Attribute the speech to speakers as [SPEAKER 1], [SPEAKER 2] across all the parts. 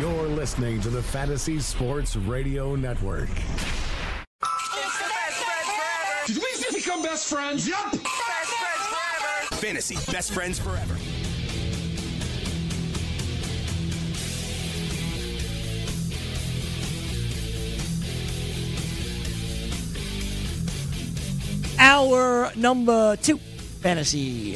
[SPEAKER 1] You're listening to the Fantasy Sports Radio Network.
[SPEAKER 2] Did we just become best friends? Yup! Best friends forever!
[SPEAKER 3] Fantasy Best Friends Forever.
[SPEAKER 4] Our number two fantasy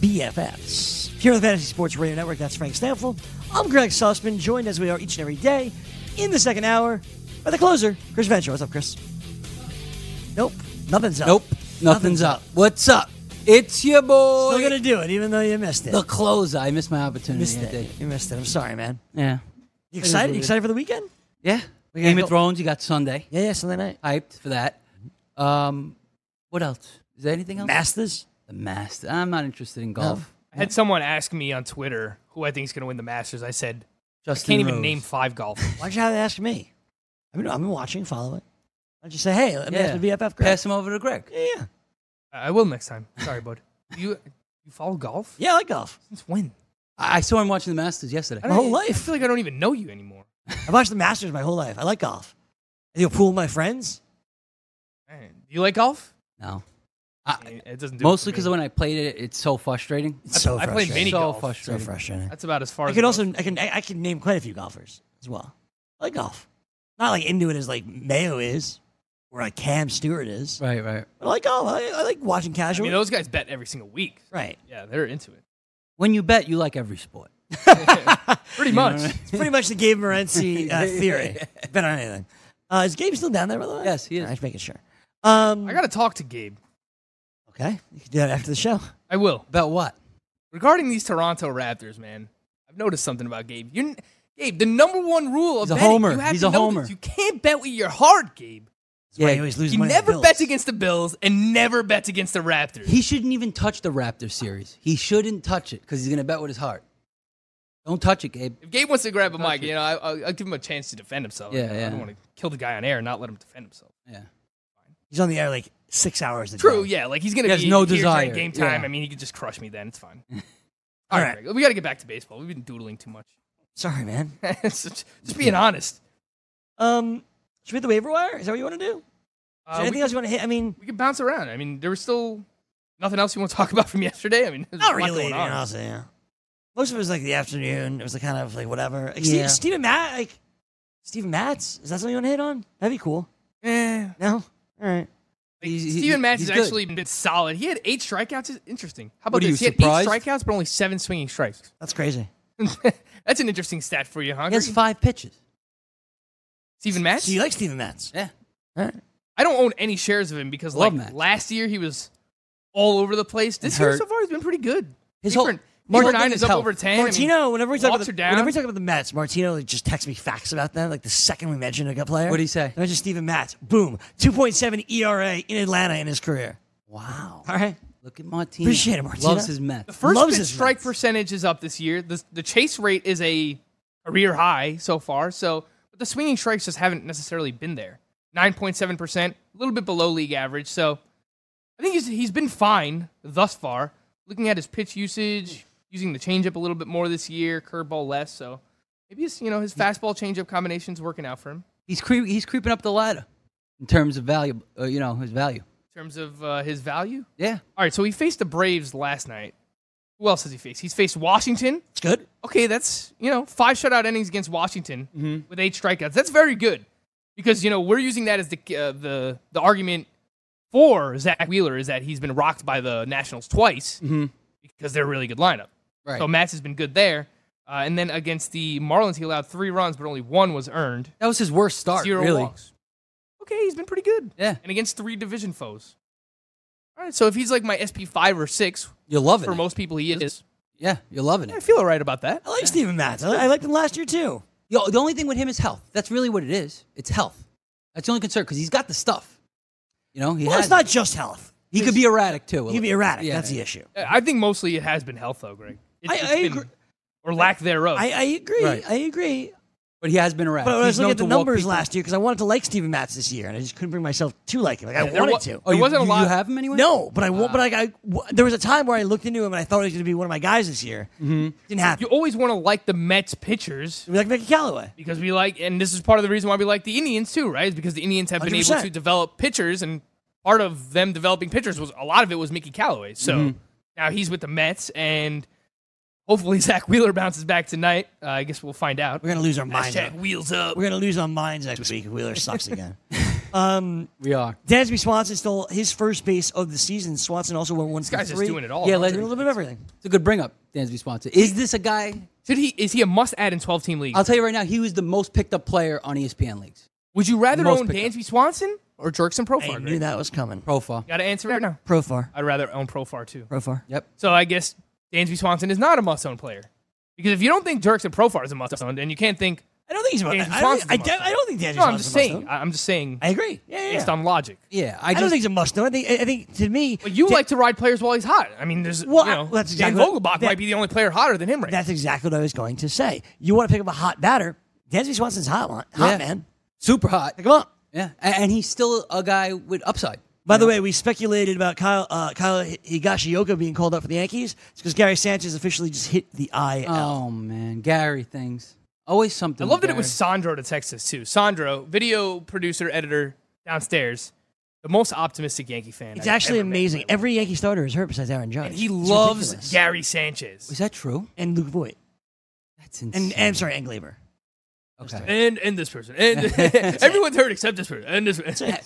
[SPEAKER 4] BFFs. Here on the Fantasy Sports Radio Network, that's Frank Stanfield. I'm Greg Sussman, joined as we are each and every day in the second hour by the closer, Chris Venture. What's up, Chris? Nope. Nothing's up.
[SPEAKER 5] Nope. Nothing's, up. What's up? It's your boy.
[SPEAKER 4] Still going to do it, even though you missed it.
[SPEAKER 5] the closer. I missed my opportunity.
[SPEAKER 4] missed
[SPEAKER 5] I did.
[SPEAKER 4] it. You missed it. I'm sorry, man.
[SPEAKER 5] Yeah.
[SPEAKER 4] You excited?
[SPEAKER 5] what
[SPEAKER 4] You
[SPEAKER 5] it
[SPEAKER 4] excited for the weekend?
[SPEAKER 5] Yeah.
[SPEAKER 4] gotta
[SPEAKER 5] Game
[SPEAKER 4] go-
[SPEAKER 5] of Thrones. You got Sunday.
[SPEAKER 4] Yeah, yeah, Sunday night.
[SPEAKER 5] Hyped for that. Um, what else? Is there anything else?
[SPEAKER 4] Masters?
[SPEAKER 5] the Master. I'm not interested in golf.
[SPEAKER 6] I had someone ask me on Twitter who I think is going to win the Masters. I said,
[SPEAKER 5] Just
[SPEAKER 6] can't even name five golfers.
[SPEAKER 4] Why'd you have to ask me? I mean, I've been watching, follow it. Why'd you say, hey, let me
[SPEAKER 5] Yeah.
[SPEAKER 4] ask the BFF, Chris?
[SPEAKER 5] Pass him over to Greg.
[SPEAKER 4] Yeah, yeah.
[SPEAKER 6] I will next time. Sorry, bud. You you follow golf?
[SPEAKER 4] Yeah, I like golf.
[SPEAKER 6] Since when?
[SPEAKER 5] I I saw him watching the Masters yesterday.
[SPEAKER 6] I
[SPEAKER 4] My
[SPEAKER 6] don't- e,
[SPEAKER 4] whole
[SPEAKER 6] I
[SPEAKER 4] life.
[SPEAKER 6] feel like I don't even know you anymore.
[SPEAKER 4] I've watched the Masters my whole life. I like golf. I do a pool with my friends.
[SPEAKER 6] Man, you like golf?
[SPEAKER 5] No. I,
[SPEAKER 6] It doesn't do it
[SPEAKER 5] mostly
[SPEAKER 6] for
[SPEAKER 5] because
[SPEAKER 6] me.
[SPEAKER 5] when I played it, it's so frustrating.
[SPEAKER 4] It's so
[SPEAKER 6] I played
[SPEAKER 4] frustrating.
[SPEAKER 6] mini
[SPEAKER 5] so
[SPEAKER 6] golf.
[SPEAKER 4] so
[SPEAKER 5] frustrating.
[SPEAKER 4] frustrating.
[SPEAKER 6] That's about as far.
[SPEAKER 4] I
[SPEAKER 6] as
[SPEAKER 4] could
[SPEAKER 6] it
[SPEAKER 4] also
[SPEAKER 6] goes.
[SPEAKER 4] I can I, I can name quite a few golfers as well. I like golf. Not like into it as like Mayo is, or like Cam Stewart is.
[SPEAKER 5] Right, right.
[SPEAKER 4] But I like golf. I, I like watching
[SPEAKER 6] I
[SPEAKER 4] casual.
[SPEAKER 6] mean, those guys bet every single week.
[SPEAKER 4] right.
[SPEAKER 6] Yeah, they're into it.
[SPEAKER 5] When you bet, you like every sport.
[SPEAKER 6] Pretty
[SPEAKER 5] You know
[SPEAKER 6] much.
[SPEAKER 5] what I mean?
[SPEAKER 4] It's pretty much the Gabe Morency uh, theory. Bet on anything. Uh, is Gabe still down there by the way?
[SPEAKER 5] Yes, he is.
[SPEAKER 4] I'm just making sure. Um,
[SPEAKER 6] I got to talk to Gabe.
[SPEAKER 4] okay. You can do that after the show.
[SPEAKER 6] I will.
[SPEAKER 5] About what?
[SPEAKER 6] Regarding these Toronto Raptors, man, I've noticed something about Gabe. You're, n- Gabe, the number one rule of
[SPEAKER 5] He's a
[SPEAKER 6] betting,
[SPEAKER 5] homer.
[SPEAKER 6] you have
[SPEAKER 5] He's
[SPEAKER 6] to
[SPEAKER 5] a
[SPEAKER 6] know
[SPEAKER 5] homer.
[SPEAKER 6] this. You can't bet with your heart, Gabe.
[SPEAKER 4] That's why
[SPEAKER 5] Yeah,
[SPEAKER 4] he always loses
[SPEAKER 6] He
[SPEAKER 4] money.
[SPEAKER 6] never
[SPEAKER 4] on the
[SPEAKER 6] bets
[SPEAKER 4] Bills.
[SPEAKER 6] against the Bills and never bets against the Raptors.
[SPEAKER 5] He shouldn't even touch the Raptor series. He shouldn't touch it because he's going to bet with his heart. Don't touch it, Gabe.
[SPEAKER 6] if Gabe wants to grab a mic, you know, I, I'll, I'll give him a chance to defend himself.
[SPEAKER 5] Yeah,
[SPEAKER 6] You know, I
[SPEAKER 5] yeah.
[SPEAKER 6] don't want to kill the guy on air and not let him defend himself.
[SPEAKER 5] Yeah.
[SPEAKER 4] He's on the air like six hours a
[SPEAKER 6] True,
[SPEAKER 4] day.
[SPEAKER 6] yeah. Like he's gonna
[SPEAKER 5] He has
[SPEAKER 6] be
[SPEAKER 5] no
[SPEAKER 6] here during
[SPEAKER 5] desire,
[SPEAKER 6] game time.
[SPEAKER 5] yeah.
[SPEAKER 6] I mean, he could just crush me then. It's fine.
[SPEAKER 4] All
[SPEAKER 6] All
[SPEAKER 4] right.
[SPEAKER 6] right, Greg, we got to get back to baseball. We've been doodling too much.
[SPEAKER 4] Sorry, man.
[SPEAKER 6] just, just being honest.
[SPEAKER 4] Um, should we hit the waiver wire? Is that what you want to do? Is
[SPEAKER 6] Uh,
[SPEAKER 4] there
[SPEAKER 6] we
[SPEAKER 4] anything else you want to hit? I mean,
[SPEAKER 6] we could bounce around. I mean, there was still nothing else you want to talk about from yesterday. I mean, there's
[SPEAKER 4] not
[SPEAKER 6] a lot
[SPEAKER 4] really.
[SPEAKER 6] going
[SPEAKER 4] To be
[SPEAKER 6] on.
[SPEAKER 4] honest, yeah. Most of it was like the afternoon. It was like kind of like whatever. Like, Steve,
[SPEAKER 5] Yeah.
[SPEAKER 4] Stephen Matt, like Stephen Matz. Is that something you want to hit on? That'd be cool.
[SPEAKER 6] Eh. Like,
[SPEAKER 4] No. All right.
[SPEAKER 5] He's- he-
[SPEAKER 6] Steven Matz
[SPEAKER 5] he's
[SPEAKER 6] has
[SPEAKER 5] good.
[SPEAKER 6] actually been solid. He had eight strikeouts. It's interesting. How about
[SPEAKER 5] What are
[SPEAKER 6] this? he
[SPEAKER 5] you,
[SPEAKER 6] had eight
[SPEAKER 5] surprised?
[SPEAKER 6] strikeouts, but only seven swinging strikes.
[SPEAKER 4] That's crazy.
[SPEAKER 6] That's an interesting stat for you, huh?
[SPEAKER 5] He has
[SPEAKER 6] Greg?
[SPEAKER 5] five pitches.
[SPEAKER 6] Steven Matz?
[SPEAKER 4] So you like Stephen Matz?
[SPEAKER 5] Yeah.
[SPEAKER 4] All right.
[SPEAKER 6] I don't own any shares of him because
[SPEAKER 5] Love
[SPEAKER 6] like
[SPEAKER 5] Matz.
[SPEAKER 6] last year he was all over the place. This
[SPEAKER 5] And
[SPEAKER 6] year
[SPEAKER 5] hurt.
[SPEAKER 6] so far he's been pretty good.
[SPEAKER 5] His whole-
[SPEAKER 6] Different-
[SPEAKER 5] his whole
[SPEAKER 6] number nine
[SPEAKER 5] thing
[SPEAKER 6] is
[SPEAKER 5] is
[SPEAKER 6] up
[SPEAKER 5] health.
[SPEAKER 6] over ten. I mean,
[SPEAKER 4] Martino, whenever we talk about
[SPEAKER 6] walks
[SPEAKER 4] the,
[SPEAKER 6] are down.
[SPEAKER 4] whenever we talk about the Mets, Martino like, just texts me facts about them. Like the second we mentioned a good player,
[SPEAKER 5] What'd he say?
[SPEAKER 4] I mentioned Stephen Matz. Boom, two point seven ERA in Atlanta in his career.
[SPEAKER 5] Wow.
[SPEAKER 4] All right.
[SPEAKER 5] Look at Martina.
[SPEAKER 4] Appreciate it, Martina.
[SPEAKER 5] Loves his Mets.
[SPEAKER 6] the first
[SPEAKER 4] loves
[SPEAKER 6] pitch
[SPEAKER 4] his
[SPEAKER 6] strike
[SPEAKER 4] Mets.
[SPEAKER 6] percentage is up this year. The the chase rate is a career high so far. So but the swinging strikes just haven't necessarily been there. Nine point seven percent, a little bit below league average. So I think he's he's been fine thus far. Looking at his pitch usage, using the changeup a little bit more this year, curveball less. So maybe his you know his fastball changeup combination's working out for him.
[SPEAKER 5] He's, creep, he's creeping up the ladder in terms of value, uh, you know, his value.
[SPEAKER 6] in terms of uh, his value.
[SPEAKER 5] Yeah.
[SPEAKER 6] All right, so he faced the Braves last night. Who else has he faced? He's faced Washington.
[SPEAKER 4] It's good.
[SPEAKER 6] Okay, that's you know five shutout innings against Washington
[SPEAKER 5] Mm-hmm.
[SPEAKER 6] with eight strikeouts. That's very good because you know we're using that as the uh, the the argument for Zach Wheeler is that he's been rocked by the Nationals twice because they're a really good lineup.
[SPEAKER 5] Mm-hmm. Right.
[SPEAKER 6] So Matt's has been good there, uh, and then against the Marlins he allowed three runs, but only one was earned.
[SPEAKER 5] That was his worst start,
[SPEAKER 6] Zero
[SPEAKER 5] really.
[SPEAKER 6] walks. Okay, he's been pretty good.
[SPEAKER 5] Yeah.
[SPEAKER 6] And against three division foes. All right, so if he's like my SP five or six,
[SPEAKER 5] You're loving
[SPEAKER 6] for
[SPEAKER 5] it.
[SPEAKER 6] most people he is,
[SPEAKER 5] yeah, you're loving
[SPEAKER 6] I
[SPEAKER 5] it.
[SPEAKER 6] feel all right about that.
[SPEAKER 4] I like Stephen Matz. I, I liked him last year too.
[SPEAKER 5] The, the only thing with him is health. That's really what it is. It's health. That's the only concern because he's got the stuff. You know, he
[SPEAKER 4] Well,
[SPEAKER 5] has.
[SPEAKER 4] it's not just health.
[SPEAKER 5] he could be erratic too. a
[SPEAKER 4] He'd be
[SPEAKER 5] little.
[SPEAKER 4] erratic.
[SPEAKER 5] Yeah.
[SPEAKER 4] That's the issue.
[SPEAKER 6] I think mostly it has been health, though, Greg. It,
[SPEAKER 4] I-
[SPEAKER 6] it's
[SPEAKER 4] I
[SPEAKER 6] been-
[SPEAKER 4] agree.
[SPEAKER 6] Or lack thereof.
[SPEAKER 4] I, I agree.
[SPEAKER 5] Right.
[SPEAKER 4] I agree.
[SPEAKER 5] But he has been erratic.
[SPEAKER 4] But I was
[SPEAKER 5] He's known
[SPEAKER 4] looking at the
[SPEAKER 5] to walk
[SPEAKER 4] numbers
[SPEAKER 5] people-
[SPEAKER 4] last year because I wanted to like Steven Matz this year, and I just couldn't bring myself to like him. Like I
[SPEAKER 6] there
[SPEAKER 4] wanted
[SPEAKER 6] wa-
[SPEAKER 4] to.
[SPEAKER 5] Oh,
[SPEAKER 6] There
[SPEAKER 5] you,
[SPEAKER 6] wasn't a
[SPEAKER 5] you-
[SPEAKER 6] lot-
[SPEAKER 5] You have him anyway?
[SPEAKER 4] No, but I won't. But I, I w- there was a time where I looked into him and I thought he was going to be one of my guys this year. Mm-hmm. Didn't happen.
[SPEAKER 6] you always want to like the Mets pitchers
[SPEAKER 4] It'd be like Mickey Callaway.
[SPEAKER 6] because we like, and this is part of the reason why we like the Indians too, right? Is because the Indians have been able
[SPEAKER 4] 100%.
[SPEAKER 6] to develop pitchers, and part of them developing pitchers was a lot of it was Mickey Callaway. So
[SPEAKER 4] Mm-hmm.
[SPEAKER 6] now he's with the Mets, and hopefully Zach Wheeler bounces back tonight. Uh, I guess we'll find out.
[SPEAKER 4] We're going to lose our minds.
[SPEAKER 6] Hashtag wheels up.
[SPEAKER 4] We're going to lose our minds next week if Wheeler sucks again. um,
[SPEAKER 5] We are.
[SPEAKER 4] Dansby Swanson stole his first base of the season. Swanson also went one
[SPEAKER 6] This guy's
[SPEAKER 4] for
[SPEAKER 6] just
[SPEAKER 4] three.
[SPEAKER 6] doing it all.
[SPEAKER 5] Yeah,
[SPEAKER 6] aren't
[SPEAKER 5] let-
[SPEAKER 6] they?
[SPEAKER 4] Doing a little bit of everything.
[SPEAKER 5] It's a good bring up, Dansby Swanson. Is this a guy?
[SPEAKER 6] Should he? Is he a must-add in twelve-team league?
[SPEAKER 5] I'll tell you right now, he was the most picked up player on E ESPN leagues.
[SPEAKER 6] Would you rather
[SPEAKER 5] Most
[SPEAKER 6] own
[SPEAKER 5] pickup.
[SPEAKER 6] Dansby Swanson or Jerkson
[SPEAKER 4] I
[SPEAKER 6] Profar?
[SPEAKER 4] knew
[SPEAKER 6] Greg?
[SPEAKER 4] that was coming.
[SPEAKER 5] Profile.
[SPEAKER 6] Got to answer right now.
[SPEAKER 4] Profar.
[SPEAKER 6] I'd rather own Profar too.
[SPEAKER 4] Profar.
[SPEAKER 5] Yep.
[SPEAKER 6] So I guess Dansby Swanson is not a must-own player because if you don't think Jerks and Profar is a must-own, then you can't think.
[SPEAKER 4] I don't think he's. about-
[SPEAKER 6] Dansby
[SPEAKER 4] I
[SPEAKER 6] Swanson's
[SPEAKER 4] don't, I,
[SPEAKER 6] a must-own.
[SPEAKER 4] I don't think Dansby
[SPEAKER 6] No, I'm
[SPEAKER 4] Swanson's
[SPEAKER 6] just
[SPEAKER 4] a must-own.
[SPEAKER 6] saying. I- I'm just saying
[SPEAKER 4] I agree. Yeah, yeah,
[SPEAKER 6] based
[SPEAKER 4] yeah.
[SPEAKER 6] on logic.
[SPEAKER 5] Yeah. I
[SPEAKER 4] I don't
[SPEAKER 5] just
[SPEAKER 4] think he's a must. No, I think. I I think to me,
[SPEAKER 6] But you
[SPEAKER 4] Da-
[SPEAKER 6] like to ride players while he's hot. I mean, there's
[SPEAKER 4] Well,
[SPEAKER 6] you
[SPEAKER 4] I-
[SPEAKER 6] know,
[SPEAKER 4] that's
[SPEAKER 6] Dan
[SPEAKER 4] exactly what-
[SPEAKER 6] Vogelbach
[SPEAKER 4] that-
[SPEAKER 6] might be the only player hotter than him right
[SPEAKER 4] That's exactly what I was going to say. You want to pick up a hot batter? Dansby Swanson's hot, one- hot
[SPEAKER 5] Yeah.
[SPEAKER 4] man.
[SPEAKER 5] super hot.
[SPEAKER 4] Pick him up.
[SPEAKER 5] Yeah. A- And, he's still a guy with upside.
[SPEAKER 4] By the way, we speculated about Kyle uh, Kyle Higashioka being called up for the Yankees. It's because Gary Sanchez officially just hit the IL.
[SPEAKER 5] Oh, man. Gary things. Always something.
[SPEAKER 6] I love
[SPEAKER 5] with
[SPEAKER 6] that it was Sandro to Texas too. Sandro, video producer, editor downstairs, the most optimistic Yankee fan.
[SPEAKER 4] it's
[SPEAKER 6] I've
[SPEAKER 4] actually
[SPEAKER 6] ever met.
[SPEAKER 4] amazing. Every Yankee starter is hurt besides Aaron Judge.
[SPEAKER 6] And he
[SPEAKER 4] It's
[SPEAKER 6] loves
[SPEAKER 4] ridiculous.
[SPEAKER 6] Gary
[SPEAKER 5] Gary. Is
[SPEAKER 6] Sanchez.
[SPEAKER 5] that true?
[SPEAKER 4] and Luke Voigt
[SPEAKER 5] That's insane.
[SPEAKER 4] and, and I'm sorry, and Glaber.
[SPEAKER 5] okay.
[SPEAKER 6] And and this person. And everyone's hurt except this person. And this person.
[SPEAKER 5] I-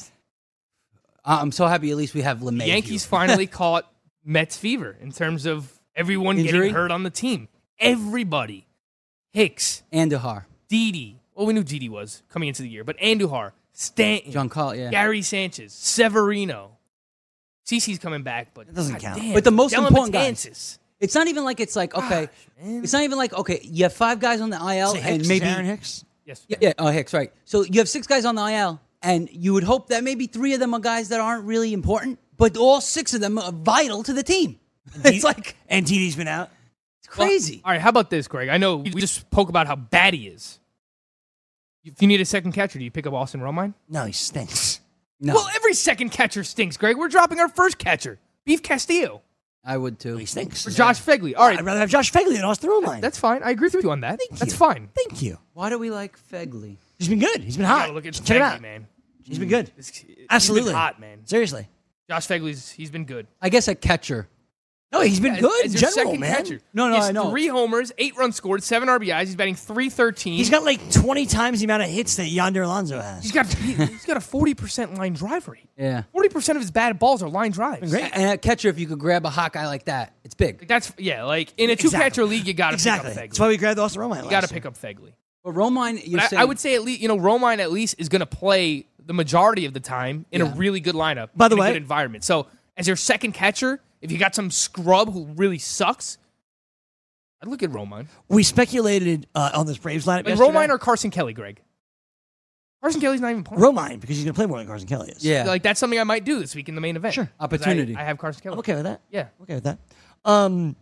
[SPEAKER 5] Uh, I'm so happy at least we have LeMay.
[SPEAKER 6] Yankees
[SPEAKER 5] here.
[SPEAKER 6] finally caught Mets fever in terms of everyone
[SPEAKER 5] Injury?
[SPEAKER 6] getting hurt on the team. Everybody. Hicks,
[SPEAKER 5] Andahar.
[SPEAKER 6] Didi. Well, we knew Didi was coming into the year, but Andujar, Stanton,
[SPEAKER 5] John Call, yeah.
[SPEAKER 6] Gary Sanchez, Severino. CC's coming back, but
[SPEAKER 4] That doesn't
[SPEAKER 6] God
[SPEAKER 4] count.
[SPEAKER 6] damn,
[SPEAKER 5] But the most
[SPEAKER 6] Dylan
[SPEAKER 5] important guys-
[SPEAKER 6] Betances.
[SPEAKER 5] It's not even like it's like, okay. It's not even like, okay, you have five guys on the
[SPEAKER 6] Oh,
[SPEAKER 5] IL
[SPEAKER 4] Is it Hicks?
[SPEAKER 5] and
[SPEAKER 4] Is
[SPEAKER 5] maybe.
[SPEAKER 4] Aaron Hicks.
[SPEAKER 6] Yes.
[SPEAKER 5] Yeah, yeah. Oh, Hicks, right. So you have six guys on the IL, and you would hope that maybe three of them are guys that aren't really important, but all six of them are vital to the team. It's like
[SPEAKER 4] and TD's been out.
[SPEAKER 5] it's crazy.
[SPEAKER 6] All right, how about this, Greg? I know we just spoke about how bad he is. If you need a second catcher, do you pick up Austin Romine?
[SPEAKER 4] No, he stinks.
[SPEAKER 5] No,
[SPEAKER 6] Well, every second catcher stinks, Greg. We're dropping our first catcher, Beef Castillo,
[SPEAKER 5] I would too.
[SPEAKER 4] He stinks.
[SPEAKER 6] for Josh Fegley. All right,
[SPEAKER 4] I'd rather have Josh Fegley than Austin Romine.
[SPEAKER 6] that's fine. I agree with you on that.
[SPEAKER 4] Thank
[SPEAKER 6] That's
[SPEAKER 4] you.
[SPEAKER 6] fine.
[SPEAKER 4] Thank you.
[SPEAKER 5] Why do we like Fegley?
[SPEAKER 4] He's been good. He's been
[SPEAKER 6] I
[SPEAKER 4] hot.
[SPEAKER 6] gotta look at
[SPEAKER 4] Check it out.
[SPEAKER 6] Fegley, man.
[SPEAKER 4] He's been good.
[SPEAKER 6] This- he's been
[SPEAKER 4] Absolutely
[SPEAKER 6] hot, man.
[SPEAKER 4] Seriously.
[SPEAKER 6] Josh Fegley's he's been good.
[SPEAKER 5] I guess a catcher.
[SPEAKER 4] No, he's been good
[SPEAKER 6] As
[SPEAKER 4] in
[SPEAKER 6] your
[SPEAKER 4] general,
[SPEAKER 6] second
[SPEAKER 4] man.
[SPEAKER 6] catcher.
[SPEAKER 5] No, no,
[SPEAKER 6] He has
[SPEAKER 5] I know.
[SPEAKER 6] Three homers, eight runs scored, seven RBIs. He's batting three thirteen.
[SPEAKER 4] He's got like 20 times the amount of hits that Yonder Alonso has.
[SPEAKER 6] he's got he- he's got a forty percent line drive rate.
[SPEAKER 5] Yeah,
[SPEAKER 6] Forty percent of his bad balls are line drives.
[SPEAKER 4] Great.
[SPEAKER 5] and a catcher. If you could grab a hot guy like that, it's big.
[SPEAKER 6] Like that's yeah, like in a two catcher league, you gotta
[SPEAKER 4] exactly.
[SPEAKER 6] pick up
[SPEAKER 4] That's
[SPEAKER 6] Fegley.
[SPEAKER 4] why we grabbed Austin Romine.
[SPEAKER 6] You gotta pick up Fegley.
[SPEAKER 5] But Romine, you're
[SPEAKER 6] But I,
[SPEAKER 5] saying
[SPEAKER 6] I would say at least you know Romine at least is gonna play the majority of the time in
[SPEAKER 5] Yeah.
[SPEAKER 6] a really good lineup.
[SPEAKER 4] By the
[SPEAKER 6] in a
[SPEAKER 4] way-
[SPEAKER 6] good environment. So as your second catcher, if you got some scrub who really sucks, I'd look at Romine.
[SPEAKER 4] We speculated uh, on this Braves lineup.
[SPEAKER 6] Like
[SPEAKER 4] yesterday.
[SPEAKER 6] Romine or Carson Kelly, Greg. Carson Kelly's not even playing.
[SPEAKER 4] Romine because he's gonna play more than Carson Kelly is.
[SPEAKER 5] yeah,
[SPEAKER 6] Like that's something I might do this week in the main event.
[SPEAKER 4] Sure.
[SPEAKER 6] 'Cause
[SPEAKER 5] Opportunity.
[SPEAKER 6] I, I have Carson Kelly.
[SPEAKER 4] I'm okay with that.
[SPEAKER 6] Yeah.
[SPEAKER 4] I'm okay with that. Um,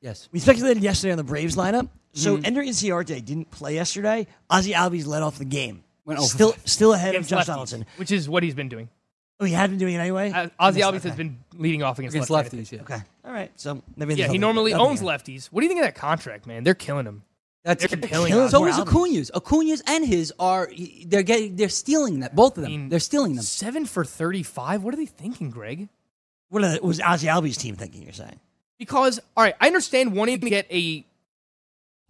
[SPEAKER 5] yes.
[SPEAKER 4] we speculated yesterday on the Braves lineup. So
[SPEAKER 6] Mm-hmm.
[SPEAKER 4] Ender Inciarte didn't play yesterday. Ozzy Albies led off the game.
[SPEAKER 5] Went over
[SPEAKER 4] still, still ahead of
[SPEAKER 6] Against
[SPEAKER 4] Josh
[SPEAKER 6] lefties,
[SPEAKER 4] Donaldson.
[SPEAKER 6] which is what he's been doing.
[SPEAKER 4] Oh, he had been doing it anyway.
[SPEAKER 6] Uh, Ozzy
[SPEAKER 4] Yes,
[SPEAKER 6] Albies has
[SPEAKER 4] okay.
[SPEAKER 6] been leading off against,
[SPEAKER 5] against
[SPEAKER 6] left-handed
[SPEAKER 5] lefties. Yeah,
[SPEAKER 4] Okay. All right. So maybe
[SPEAKER 6] Yeah,
[SPEAKER 4] there's
[SPEAKER 6] he
[SPEAKER 4] nothing-
[SPEAKER 6] normally
[SPEAKER 4] nothing
[SPEAKER 6] owns
[SPEAKER 4] here.
[SPEAKER 6] lefties. What do you think of that contract, man? They're killing him.
[SPEAKER 5] that's
[SPEAKER 6] They're killing
[SPEAKER 4] Killing
[SPEAKER 6] him.
[SPEAKER 5] So
[SPEAKER 4] More
[SPEAKER 5] is
[SPEAKER 4] Albies.
[SPEAKER 5] Acuna's. Acuna's and his are they're getting they're stealing that both of them.
[SPEAKER 6] I mean,
[SPEAKER 5] they're stealing them.
[SPEAKER 6] Seven for thirty-five. What are they thinking, Greg?
[SPEAKER 4] What are the, was Ozzy Albies' team thinking? You're saying?
[SPEAKER 6] Because all right, I understand wanting to get a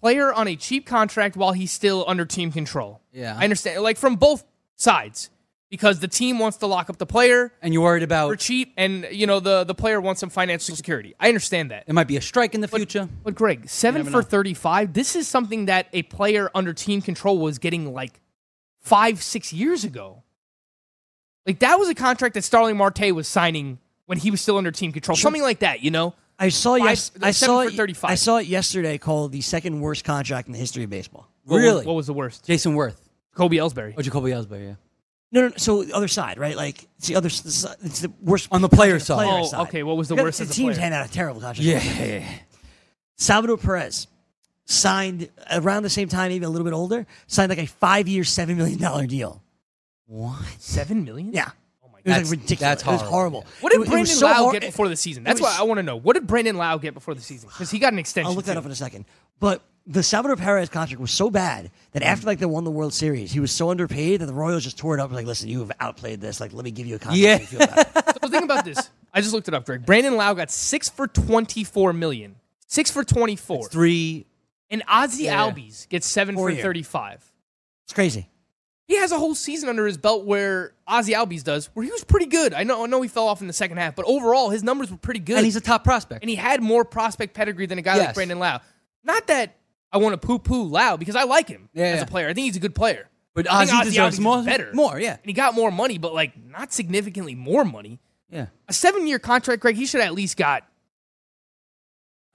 [SPEAKER 6] player on a cheap contract while he's still under team control.
[SPEAKER 5] Yeah.
[SPEAKER 6] I understand, like from both sides, because the team wants to lock up the player
[SPEAKER 5] And you're worried
[SPEAKER 6] for
[SPEAKER 5] about
[SPEAKER 6] cheap, and you know the the player wants some financial security. I understand that.
[SPEAKER 5] there might be a strike in the future.
[SPEAKER 6] But Greg, seven
[SPEAKER 5] never
[SPEAKER 6] for
[SPEAKER 5] know.
[SPEAKER 6] thirty-five. This is something that a player under team control was getting like five, six years ago. Like that was a contract that Starling Marte was signing when he was still under team control. Something like that, you know.
[SPEAKER 4] I saw
[SPEAKER 6] Five-
[SPEAKER 4] yes, I
[SPEAKER 6] seven
[SPEAKER 4] saw
[SPEAKER 6] for
[SPEAKER 4] it,
[SPEAKER 6] 35.
[SPEAKER 4] I saw it yesterday called the second worst contract in the history of baseball.
[SPEAKER 6] What was-
[SPEAKER 5] Really?
[SPEAKER 6] what was the worst?
[SPEAKER 5] Jason Worth.
[SPEAKER 6] Kobe Ellsbury.
[SPEAKER 5] Oh, Jacoby Ellsbury, yeah.
[SPEAKER 4] No, no, no. So the other side, right? Like it's the other. s- s- It's the worst
[SPEAKER 5] On the player side.
[SPEAKER 4] player
[SPEAKER 6] Oh,
[SPEAKER 4] side.
[SPEAKER 6] okay, what was the
[SPEAKER 4] Yeah,
[SPEAKER 6] worst
[SPEAKER 4] The
[SPEAKER 6] as a
[SPEAKER 4] teams
[SPEAKER 6] player?
[SPEAKER 4] hand out a terrible contract.
[SPEAKER 5] Yeah, yeah, yeah.
[SPEAKER 4] Salvador Perez signed around the same time, maybe a little bit older. Signed like a five-year, seven million dollar deal.
[SPEAKER 5] What?
[SPEAKER 6] Seven million.
[SPEAKER 4] Yeah.
[SPEAKER 6] Oh my
[SPEAKER 4] It was like
[SPEAKER 6] god.
[SPEAKER 5] That's-
[SPEAKER 4] ridiculous.
[SPEAKER 5] that's
[SPEAKER 4] it was
[SPEAKER 5] horrible.
[SPEAKER 4] horrible.
[SPEAKER 6] What did
[SPEAKER 4] It was- it was
[SPEAKER 6] Brandon
[SPEAKER 4] so
[SPEAKER 6] Lau
[SPEAKER 4] hor-
[SPEAKER 6] get before the season? That's
[SPEAKER 4] was-
[SPEAKER 6] what I want to know. What did Brandon Lau get before the season? Because he got an extension.
[SPEAKER 4] I'll look that
[SPEAKER 6] too.
[SPEAKER 4] up in a second. But the Salvador Perez contract was so bad that
[SPEAKER 6] Mm-hmm.
[SPEAKER 4] after like they won the World Series, he was so underpaid that the Royals just tore it up. Like, listen, you have outplayed this. Like, let me give you a contract.
[SPEAKER 5] Yeah.
[SPEAKER 4] you feel about it."
[SPEAKER 6] So think about this. I just looked it up, Greg. Brandon Lau got six for twenty-four million. Six for twenty-four.
[SPEAKER 5] Three.
[SPEAKER 6] And Ozzy
[SPEAKER 5] Yeah.
[SPEAKER 6] Albies gets seven
[SPEAKER 4] Four
[SPEAKER 6] for
[SPEAKER 4] year.
[SPEAKER 6] thirty-five.
[SPEAKER 4] It's crazy.
[SPEAKER 6] He has a whole season under his belt where Ozzy Albies does, where he was pretty good. I know, I know he fell off in the second half, but overall his numbers were pretty good.
[SPEAKER 5] And he's a top prospect.
[SPEAKER 6] and he had more prospect pedigree than a guy like
[SPEAKER 5] Yes.
[SPEAKER 6] Brandon Lau. Not that I want to poo-poo Lau because I like him
[SPEAKER 5] Yeah,
[SPEAKER 6] as
[SPEAKER 5] yeah.
[SPEAKER 6] a player. I think he's a good player.
[SPEAKER 5] But
[SPEAKER 6] I think
[SPEAKER 5] Ozzy
[SPEAKER 6] Ozzy Albies
[SPEAKER 5] deserves
[SPEAKER 6] is
[SPEAKER 5] more.
[SPEAKER 6] better.
[SPEAKER 5] More, yeah.
[SPEAKER 6] and he got more money, but like not significantly more money.
[SPEAKER 5] Yeah.
[SPEAKER 6] A seven-year contract, Greg. He should at least got.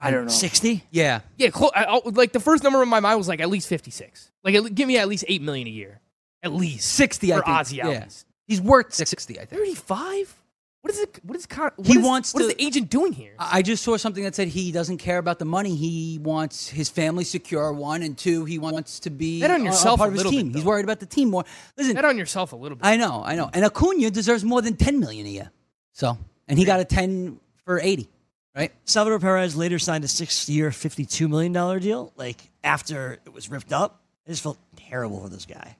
[SPEAKER 6] I don't know.
[SPEAKER 4] Sixty.
[SPEAKER 5] Yeah.
[SPEAKER 6] Yeah, clo- I, I- like the first number in my mind was like at least fifty-six. Like at, le- give me at least eight million a year, at least
[SPEAKER 5] 60,
[SPEAKER 6] for
[SPEAKER 5] I think.
[SPEAKER 6] Ozzy
[SPEAKER 5] Yeah.
[SPEAKER 6] Albies.
[SPEAKER 5] He's worth 60, I think.
[SPEAKER 6] Thirty-five. What is it? What is con- what
[SPEAKER 5] He
[SPEAKER 6] is-
[SPEAKER 5] wants
[SPEAKER 6] What is
[SPEAKER 5] to-
[SPEAKER 6] the agent doing here?
[SPEAKER 5] I I just saw something that said he doesn't care about the money. He wants his family secure, one, and two, he wants to be
[SPEAKER 6] Bet on
[SPEAKER 5] a- a
[SPEAKER 6] yourself
[SPEAKER 5] part
[SPEAKER 6] a
[SPEAKER 5] of his
[SPEAKER 6] little
[SPEAKER 5] team.
[SPEAKER 6] bit,
[SPEAKER 5] He's
[SPEAKER 6] though.
[SPEAKER 5] worried about the team more. Listen,
[SPEAKER 6] Bet on yourself a little bit.
[SPEAKER 5] I know, I know. And Acuna deserves more than 10 million a year. So, and he got a 10 for 80, right?
[SPEAKER 4] Salvador Perez later signed a six-year, fifty-two million dollar deal. Like after it was ripped up, I just felt terrible for this guy.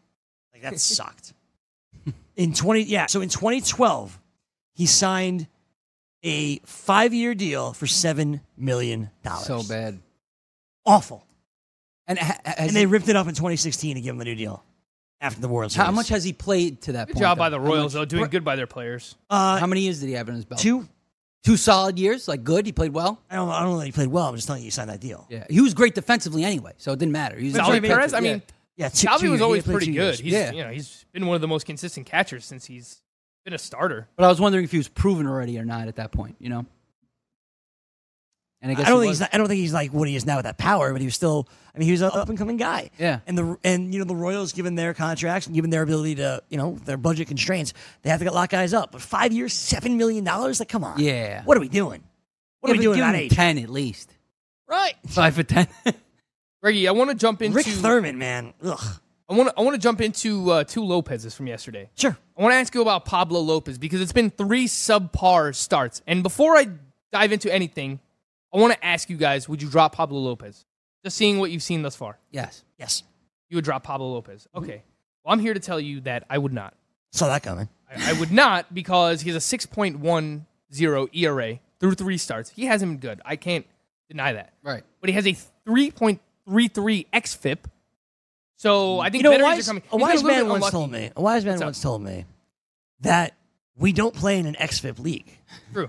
[SPEAKER 4] Like that sucked. In twenty, yeah. So in twenty twelve, he signed a five-year deal for seven million dollars.
[SPEAKER 5] bad.
[SPEAKER 4] Awful.
[SPEAKER 5] And, ha- ha- has
[SPEAKER 4] And
[SPEAKER 5] he-
[SPEAKER 4] they ripped it up in 2016 to give him the new deal after the World Series.
[SPEAKER 5] how much has he played to that
[SPEAKER 6] Good
[SPEAKER 5] point?
[SPEAKER 6] job by
[SPEAKER 5] though?
[SPEAKER 6] the Royals,
[SPEAKER 5] How
[SPEAKER 6] though,
[SPEAKER 5] much-
[SPEAKER 6] doing good by their players.
[SPEAKER 4] Uh,
[SPEAKER 5] How many years did he have in his belt?
[SPEAKER 4] two?
[SPEAKER 5] Two solid years, like good. He played well.
[SPEAKER 4] I don't. I don't know that he played well. I'm just telling you, he signed that deal. Yeah,
[SPEAKER 5] Yeah, he was great defensively anyway, so it didn't matter. He was a
[SPEAKER 6] Salvi
[SPEAKER 5] great
[SPEAKER 6] Perez,
[SPEAKER 5] defensive-
[SPEAKER 6] I mean,
[SPEAKER 4] two,
[SPEAKER 6] Salvi
[SPEAKER 4] two years.
[SPEAKER 6] was
[SPEAKER 4] He
[SPEAKER 6] always
[SPEAKER 4] played
[SPEAKER 6] pretty
[SPEAKER 4] two
[SPEAKER 6] good.
[SPEAKER 4] years.
[SPEAKER 6] He's,
[SPEAKER 5] Yeah.
[SPEAKER 6] you know, he's been one of the most consistent catchers since he's been a starter.
[SPEAKER 5] But I was wondering if he was proven already or not at that point, you know. And I guess
[SPEAKER 4] I don't
[SPEAKER 5] he
[SPEAKER 4] think
[SPEAKER 5] was.
[SPEAKER 4] he's. Not, I don't think he's like what he is now with that power. But he was still. I mean, he was an up and coming guy.
[SPEAKER 5] Yeah.
[SPEAKER 4] And the and you know the Royals, given their contracts and given their ability to you know their budget constraints, they have to get lock guys up. But five years, seven million dollars. Like, come on.
[SPEAKER 5] Yeah.
[SPEAKER 4] What are we doing? What
[SPEAKER 5] Yeah,
[SPEAKER 4] are
[SPEAKER 5] but
[SPEAKER 4] we doing
[SPEAKER 5] give
[SPEAKER 4] at that
[SPEAKER 5] him
[SPEAKER 4] age?
[SPEAKER 5] ten at least.
[SPEAKER 6] Right.
[SPEAKER 5] Five for ten.
[SPEAKER 6] Reggie, I want to jump into
[SPEAKER 4] Rick Thurman, man. Ugh.
[SPEAKER 6] I want to I want to jump into uh, two Lopez's from yesterday.
[SPEAKER 4] Sure.
[SPEAKER 6] I want to ask you about Pablo Lopez because it's been three subpar starts. And before I dive into anything, I want to ask you guys: Would you drop Pablo Lopez? Just seeing what you've seen thus far,
[SPEAKER 5] yes.
[SPEAKER 4] Yes.
[SPEAKER 6] you would drop Pablo Lopez. Okay. Well, I'm here to tell you that I would not.
[SPEAKER 4] Saw that coming.
[SPEAKER 6] I, I would not because he has a 6.10 ERA E through three starts. He hasn't been good. I can't deny that.
[SPEAKER 5] Right.
[SPEAKER 6] But he has a 3.33 XFIP. So I think
[SPEAKER 4] You know, a
[SPEAKER 6] veterans
[SPEAKER 4] wise,
[SPEAKER 6] are coming.
[SPEAKER 4] a
[SPEAKER 6] He's been
[SPEAKER 4] wise
[SPEAKER 6] little
[SPEAKER 4] man
[SPEAKER 6] bit
[SPEAKER 4] once
[SPEAKER 6] unlucky.
[SPEAKER 4] told me. A wise man
[SPEAKER 6] What's up?
[SPEAKER 4] once told me that we don't play in an XFIP league,
[SPEAKER 6] True.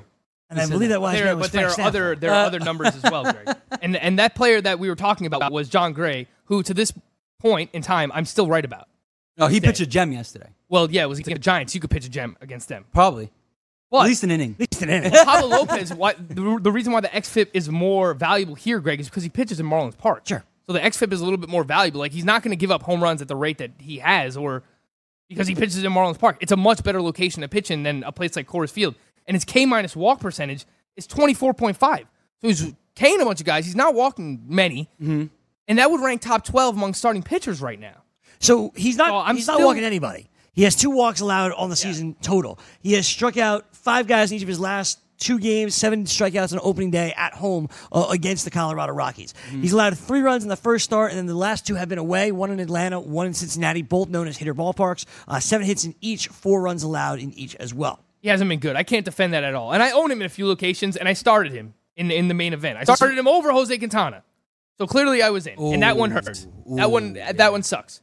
[SPEAKER 4] and I believe that wise
[SPEAKER 6] There,
[SPEAKER 4] man was
[SPEAKER 6] but there
[SPEAKER 4] Frank
[SPEAKER 6] are
[SPEAKER 4] Stanford.
[SPEAKER 6] other there are other numbers as well, Greg. And and that player that we were talking about was John Gray, who to this point in time I'm still right about.
[SPEAKER 5] No, he pitched a gem yesterday.
[SPEAKER 6] Well, yeah, it was against the Giants. You could pitch a gem against them.
[SPEAKER 5] Probably.
[SPEAKER 6] But
[SPEAKER 5] At least an inning.
[SPEAKER 4] At least in it.
[SPEAKER 6] Pablo Lopez, why, the, the reason why the XFIP is more valuable here, Greg, is because he pitches in Marlins Park.
[SPEAKER 4] Sure.
[SPEAKER 6] So the XFIP is a little bit more valuable. Like he's not going to give up home runs at the rate that he has, or because he pitches in Marlins Park. It's a much better location to pitch in than a place like Coors Field. And his K minus walk percentage is twenty four point five. So he's K'ing a bunch of guys. He's not walking many, and that would rank top twelve among starting pitchers right now.
[SPEAKER 4] So he's not.
[SPEAKER 6] So I'm
[SPEAKER 4] he's not
[SPEAKER 6] still-
[SPEAKER 4] walking anybody. He has two walks allowed on the season total. He has struck out five guys in each of his last two games, seven strikeouts on opening day at home uh, against the Colorado Rockies.
[SPEAKER 6] Mm-hmm.
[SPEAKER 4] He's allowed three runs in the first start, and then the last two have been away. One in Atlanta, one in Cincinnati, both known as hitter ballparks. Uh, seven hits in each, four runs allowed in each as well.
[SPEAKER 6] He hasn't been good. I can't defend that at all. And I own him in a few locations, and I started him in in the main event. I started him over Jose Quintana, so clearly I was in, and that one hurts. that one that one sucks.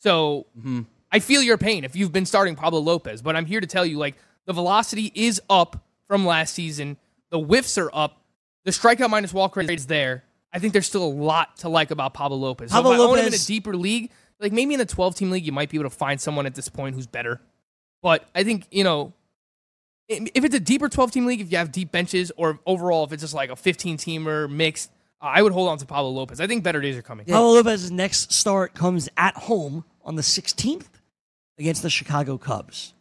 [SPEAKER 6] So
[SPEAKER 4] Mm-hmm.
[SPEAKER 6] I feel your pain if you've been starting Pablo Lopez, but I'm here to tell you like the velocity is up from last season. The whiffs are up. The strikeout minus walk rate is there. I think there's still a lot to like about Pablo Lopez.
[SPEAKER 4] Pablo
[SPEAKER 6] so if I own him in a
[SPEAKER 4] Lopez-
[SPEAKER 6] deeper league, like maybe in a 12 team league, you might be able to find someone at this point who's better. But I think you know if if it's a deeper 12 team league, if you have deep benches, or overall, if it's just like a 15 teamer mixed, Uh, I would hold on to Pablo Lopez. I think better days are coming.
[SPEAKER 4] Pablo Lopez's next start comes at home on the 16th against the Chicago Cubs.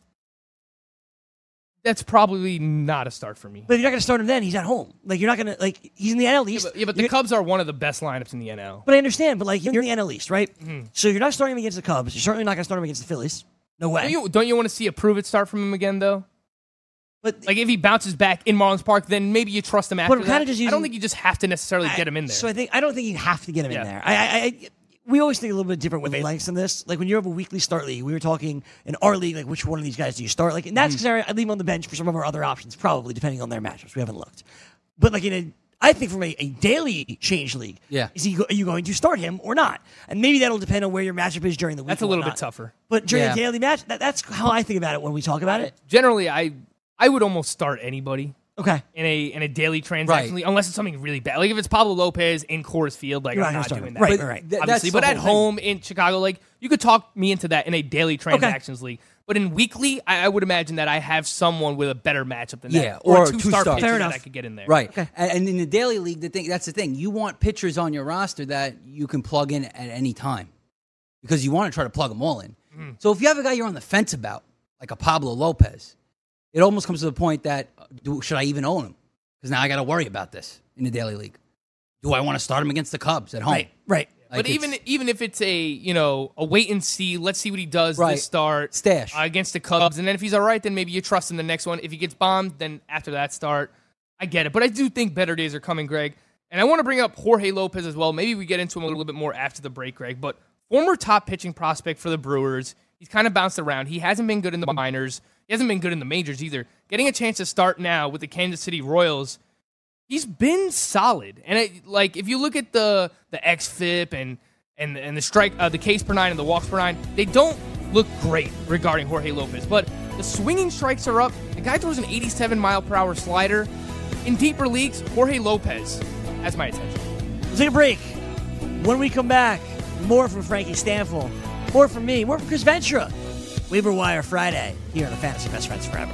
[SPEAKER 6] That's probably not a start for me.
[SPEAKER 4] But if you're not going to start him then, he's at home. Like you're not going to like he's in the NL
[SPEAKER 6] Yeah,
[SPEAKER 4] East.
[SPEAKER 6] but, yeah, but the
[SPEAKER 4] You're-
[SPEAKER 6] Cubs are one of the best lineups in the NL.
[SPEAKER 4] But I understand. But like you're in the NL East, right?
[SPEAKER 6] Mm-hmm.
[SPEAKER 4] So you're not starting him against the Cubs. You're certainly not going to start him against the Phillies. No way.
[SPEAKER 6] Don't you, don't you want to see a prove it start from him again, though?
[SPEAKER 4] but
[SPEAKER 6] Like if he bounces back in Marlins Park, then maybe you trust him after
[SPEAKER 4] I'm
[SPEAKER 6] that.
[SPEAKER 4] kinda just
[SPEAKER 6] I don't
[SPEAKER 4] using-
[SPEAKER 6] think you just have to necessarily get him in there.
[SPEAKER 4] So I think I don't think you have to get him
[SPEAKER 6] Yeah.
[SPEAKER 4] in there. I, I, I we always think a little bit different with the lengths in this. Like when you have a weekly start league, we were talking in our league, like which one of these guys do you start? Like in that
[SPEAKER 6] Mm.
[SPEAKER 4] scenario, I leave him on the bench for some of our other options, probably depending on their matchups. We haven't looked, but like in a. I think from a, a daily change league,
[SPEAKER 5] Yeah.
[SPEAKER 4] is he go, are you going to start him or not? And maybe that'll depend on where your matchup is during the week.
[SPEAKER 6] That's a
[SPEAKER 4] and
[SPEAKER 6] little bit
[SPEAKER 4] whatnot.
[SPEAKER 6] tougher.
[SPEAKER 4] But during
[SPEAKER 5] Yeah.
[SPEAKER 4] a daily match, that, that's how I think about it when we talk about it.
[SPEAKER 6] Generally, I I would almost start anybody
[SPEAKER 4] Okay,
[SPEAKER 6] in a in a daily transaction,
[SPEAKER 5] Right.
[SPEAKER 6] league, unless it's something really bad. Like if it's Pablo Lopez in Coors Field, like
[SPEAKER 4] You're
[SPEAKER 6] I'm
[SPEAKER 4] not gonna
[SPEAKER 6] not
[SPEAKER 4] start
[SPEAKER 6] doing
[SPEAKER 4] him.
[SPEAKER 6] that.
[SPEAKER 4] Right,
[SPEAKER 5] But
[SPEAKER 4] right, right.
[SPEAKER 5] th- that's
[SPEAKER 6] obviously.
[SPEAKER 5] the
[SPEAKER 6] But at
[SPEAKER 5] whole
[SPEAKER 6] home
[SPEAKER 5] thing.
[SPEAKER 6] in Chicago, like you could talk me into that in a daily transactions league. But in weekly, I, I would imagine that I have someone with a better matchup than
[SPEAKER 5] Yeah,
[SPEAKER 6] that,
[SPEAKER 5] or
[SPEAKER 6] two
[SPEAKER 5] two
[SPEAKER 6] star
[SPEAKER 5] stars.
[SPEAKER 6] pitchers
[SPEAKER 4] Fair
[SPEAKER 6] that I
[SPEAKER 4] enough.
[SPEAKER 6] could get in there.
[SPEAKER 5] Right. And, and in the daily league, the thing that's the thing. You want pitchers on your roster that you can plug in at any time because you want to try to plug them all in.
[SPEAKER 6] Mm.
[SPEAKER 5] So if you have a guy you're on the fence about, like a Pablo Lopez, it almost comes to the point that uh, do, should I even own him? Because now I got to worry about this in the daily league. Do I want to start him against the Cubs at home?
[SPEAKER 4] right, right.
[SPEAKER 5] Like,
[SPEAKER 6] but even
[SPEAKER 5] it's-
[SPEAKER 6] even if it's a you know a wait and see, let's see what he does
[SPEAKER 5] Right.
[SPEAKER 6] this start
[SPEAKER 5] Stash.
[SPEAKER 6] uh, against the Cubs, and then if he's all right, then maybe you trust him the next one. If he gets bombed, then after that start, I get it. But I do think better days are coming, Greg. And I want to bring up Jorge Lopez as well. Maybe we get into him a little bit more after the break, Greg. But former top pitching prospect for the Brewers, he's kind of bounced around. He hasn't been good in the minors. He hasn't been good in the majors either. Getting a chance to start now with the Kansas City Royals he's been solid. And it, like if you look at the the xFIP and and and the strike uh, the case per nine and the walks per nine, they don't look great regarding Jorge Lopez. But the swinging strikes are up. The guy throws an 87 mile per hour slider. In deeper leagues, Jorge Lopez has my attention.
[SPEAKER 4] We'll take a break. When we come back, more from Frankie Stanfield, more from me, more from Chris Ventura. Waiver Wire Friday here on the Fantasy Best Friends Forever.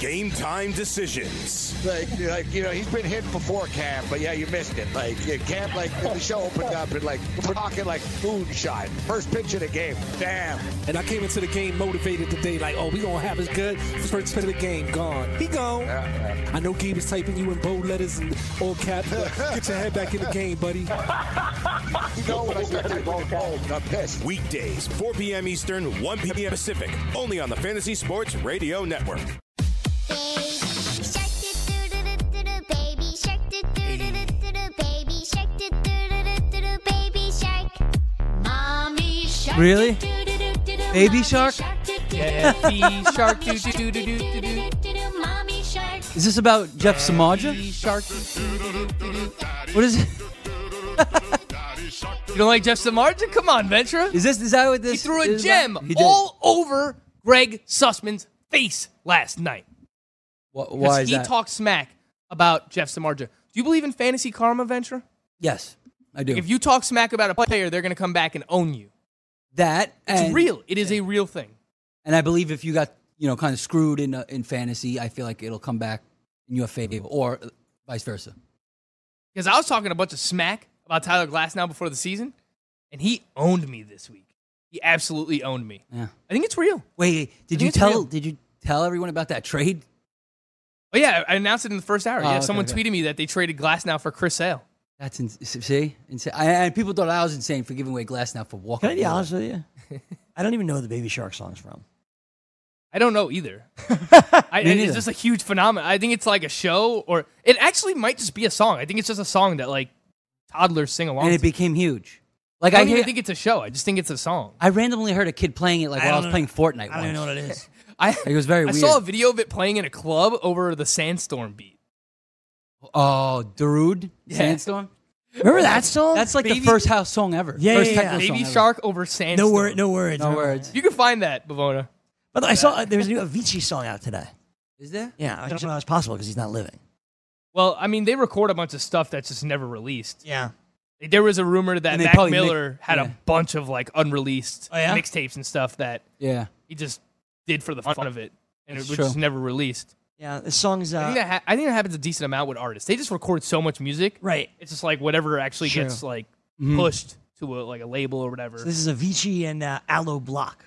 [SPEAKER 3] Game time decisions.
[SPEAKER 7] Like, like you know, he's been hit before Cam, but yeah, you missed it. Like yeah, Cam, like the show opened up and like we're talking like moonshine. First pitch of the game. Damn.
[SPEAKER 8] And I came into the game motivated today, like, oh, we gonna have it good. First pitch of the game, gone. He gone.
[SPEAKER 5] Uh-huh.
[SPEAKER 8] I know Gabe is typing you in bold letters and all caps. But get your head back in the game, buddy.
[SPEAKER 7] You know when I start that ball, cold, I'm pissed.
[SPEAKER 3] Weekdays, 4 p.m. Eastern, 1 p.m. Pacific, only on the Fantasy Sports Radio Network.
[SPEAKER 5] Really? Baby shark?
[SPEAKER 6] Yeah, the shark do do do do do do
[SPEAKER 5] Is this
[SPEAKER 4] Oh,
[SPEAKER 5] about Jeff Samaja?
[SPEAKER 6] do. Shark.
[SPEAKER 5] What is it?
[SPEAKER 6] You don't like Jeff Samardzija? Come on, Ventura.
[SPEAKER 5] Is this is that what
[SPEAKER 6] He
[SPEAKER 5] this?
[SPEAKER 6] threw a
[SPEAKER 5] is that-
[SPEAKER 6] gem
[SPEAKER 5] He did.
[SPEAKER 6] all over Greg Sussman's face last night.
[SPEAKER 5] Wh- why
[SPEAKER 6] Because
[SPEAKER 5] is
[SPEAKER 6] he
[SPEAKER 5] that?
[SPEAKER 6] talked smack about Jeff Samardzija. Do you believe in fantasy karma, Ventura?
[SPEAKER 5] yes, I do.
[SPEAKER 6] If you talk smack about a player, they're going to come back and own you.
[SPEAKER 5] that
[SPEAKER 6] It's
[SPEAKER 5] and,
[SPEAKER 6] real. It is a real thing.
[SPEAKER 5] and I believe if you got you know kind of screwed in uh, in fantasy, I feel like it'll come back in your favor or uh, vice versa.
[SPEAKER 6] Because I was talking a bunch of smack about Tyler Glass now before the season, and he owned me this week. He absolutely owned me.
[SPEAKER 5] Yeah.
[SPEAKER 6] I think it's real.
[SPEAKER 5] Wait,
[SPEAKER 6] I
[SPEAKER 5] did
[SPEAKER 6] think
[SPEAKER 5] you
[SPEAKER 6] it's
[SPEAKER 5] tell
[SPEAKER 6] real.
[SPEAKER 5] did you tell everyone about that trade?
[SPEAKER 6] Oh yeah, I announced it in the first hour.
[SPEAKER 5] Oh,
[SPEAKER 6] yeah,
[SPEAKER 5] okay,
[SPEAKER 6] someone
[SPEAKER 5] okay.
[SPEAKER 6] tweeted me that they traded Glass now for Chris Sale.
[SPEAKER 5] That's in, see, insane. I, and people thought I was insane for giving away glass now for walking.
[SPEAKER 4] Can I be honest with you? I don't even know where the Baby Shark song's from.
[SPEAKER 6] I don't know either. I,
[SPEAKER 5] Me
[SPEAKER 6] it's
[SPEAKER 5] neither.
[SPEAKER 6] just a huge phenomenon. I think it's like a show, or it actually might just be a song. I think it's just a song that like toddlers sing along.
[SPEAKER 5] and it
[SPEAKER 6] to.
[SPEAKER 5] became huge. Like
[SPEAKER 6] I
[SPEAKER 5] I,
[SPEAKER 6] don't
[SPEAKER 5] hear,
[SPEAKER 6] even think it's a show. I just think it's a song.
[SPEAKER 5] I randomly heard a kid playing it like while I was
[SPEAKER 4] don't
[SPEAKER 5] playing Fortnite.
[SPEAKER 4] I don't even know
[SPEAKER 5] once.
[SPEAKER 4] what it is.
[SPEAKER 6] I
[SPEAKER 5] It was very
[SPEAKER 6] I
[SPEAKER 5] weird.
[SPEAKER 6] saw a video of it playing in a club over the Sandstorm beat.
[SPEAKER 5] Oh, Darude
[SPEAKER 6] Yeah.
[SPEAKER 5] Sandstorm.
[SPEAKER 4] Remember that song?
[SPEAKER 5] That's like
[SPEAKER 6] Baby-
[SPEAKER 5] the first house song ever.
[SPEAKER 4] Yeah,
[SPEAKER 5] first
[SPEAKER 4] yeah, yeah.
[SPEAKER 5] techno song
[SPEAKER 6] Baby
[SPEAKER 5] ever.
[SPEAKER 6] Shark over Sandstorm.
[SPEAKER 4] no word, no words,
[SPEAKER 5] No words.
[SPEAKER 6] You can find that, Bavona.
[SPEAKER 4] By the way, I saw uh, there was a new Avicii song out today.
[SPEAKER 5] Is there?
[SPEAKER 4] Yeah, I don't know how it's possible because he's not living.
[SPEAKER 6] Well, I mean, they record a bunch of stuff that's just never released.
[SPEAKER 4] Yeah,
[SPEAKER 6] There was a rumor that
[SPEAKER 5] And they
[SPEAKER 6] Mac
[SPEAKER 5] probably mi-
[SPEAKER 6] Miller had
[SPEAKER 5] yeah.
[SPEAKER 6] a bunch of like unreleased
[SPEAKER 4] Oh, yeah?
[SPEAKER 6] mixtapes and stuff that
[SPEAKER 5] Yeah.
[SPEAKER 6] he just did for the fun of it, and
[SPEAKER 5] That's
[SPEAKER 6] it was
[SPEAKER 5] true.
[SPEAKER 6] just never released.
[SPEAKER 4] yeah. The song's
[SPEAKER 6] I,
[SPEAKER 4] uh,
[SPEAKER 6] think that ha- I think that happens a decent amount with artists. They just record so much music,
[SPEAKER 4] right.
[SPEAKER 6] it's just like whatever actually
[SPEAKER 4] True.
[SPEAKER 6] gets like
[SPEAKER 5] Mhm.
[SPEAKER 6] pushed to a, like a label or whatever.
[SPEAKER 4] So this is Avicii and uh, Aloe Block.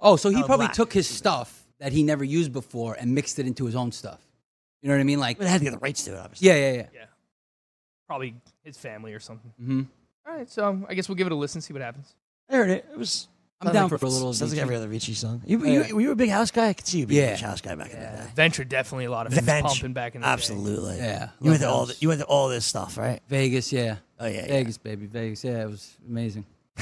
[SPEAKER 5] Oh, so he
[SPEAKER 4] Oh,
[SPEAKER 5] probably
[SPEAKER 4] black.
[SPEAKER 5] took his stuff that he never used before and mixed it into his own stuff. You know what I mean? Like,
[SPEAKER 4] But they had to get the rights to it, obviously.
[SPEAKER 5] yeah, yeah, yeah.
[SPEAKER 6] Probably his family or something.
[SPEAKER 5] hmm
[SPEAKER 6] All right, so um, I guess we'll give it a listen, see what happens.
[SPEAKER 4] I heard it. It was.
[SPEAKER 5] I'm
[SPEAKER 4] sounded
[SPEAKER 5] down
[SPEAKER 4] like-
[SPEAKER 5] for a little
[SPEAKER 4] Sounds like
[SPEAKER 5] Avicii.
[SPEAKER 4] every other Avicii song. You,
[SPEAKER 5] Yeah.
[SPEAKER 4] you, were you a big house guy? I could see you being a
[SPEAKER 5] Yeah.
[SPEAKER 4] big house guy back in the day.
[SPEAKER 6] Venture definitely a lot of
[SPEAKER 4] Venge.
[SPEAKER 6] pumping back in the day.
[SPEAKER 4] Absolutely.
[SPEAKER 5] Yeah.
[SPEAKER 4] You went to
[SPEAKER 5] Love
[SPEAKER 4] all
[SPEAKER 5] house.
[SPEAKER 4] the, you went to all this stuff, right?
[SPEAKER 5] Vegas, yeah.
[SPEAKER 4] Oh yeah. yeah.
[SPEAKER 5] Vegas, baby, Vegas. Yeah, it was amazing.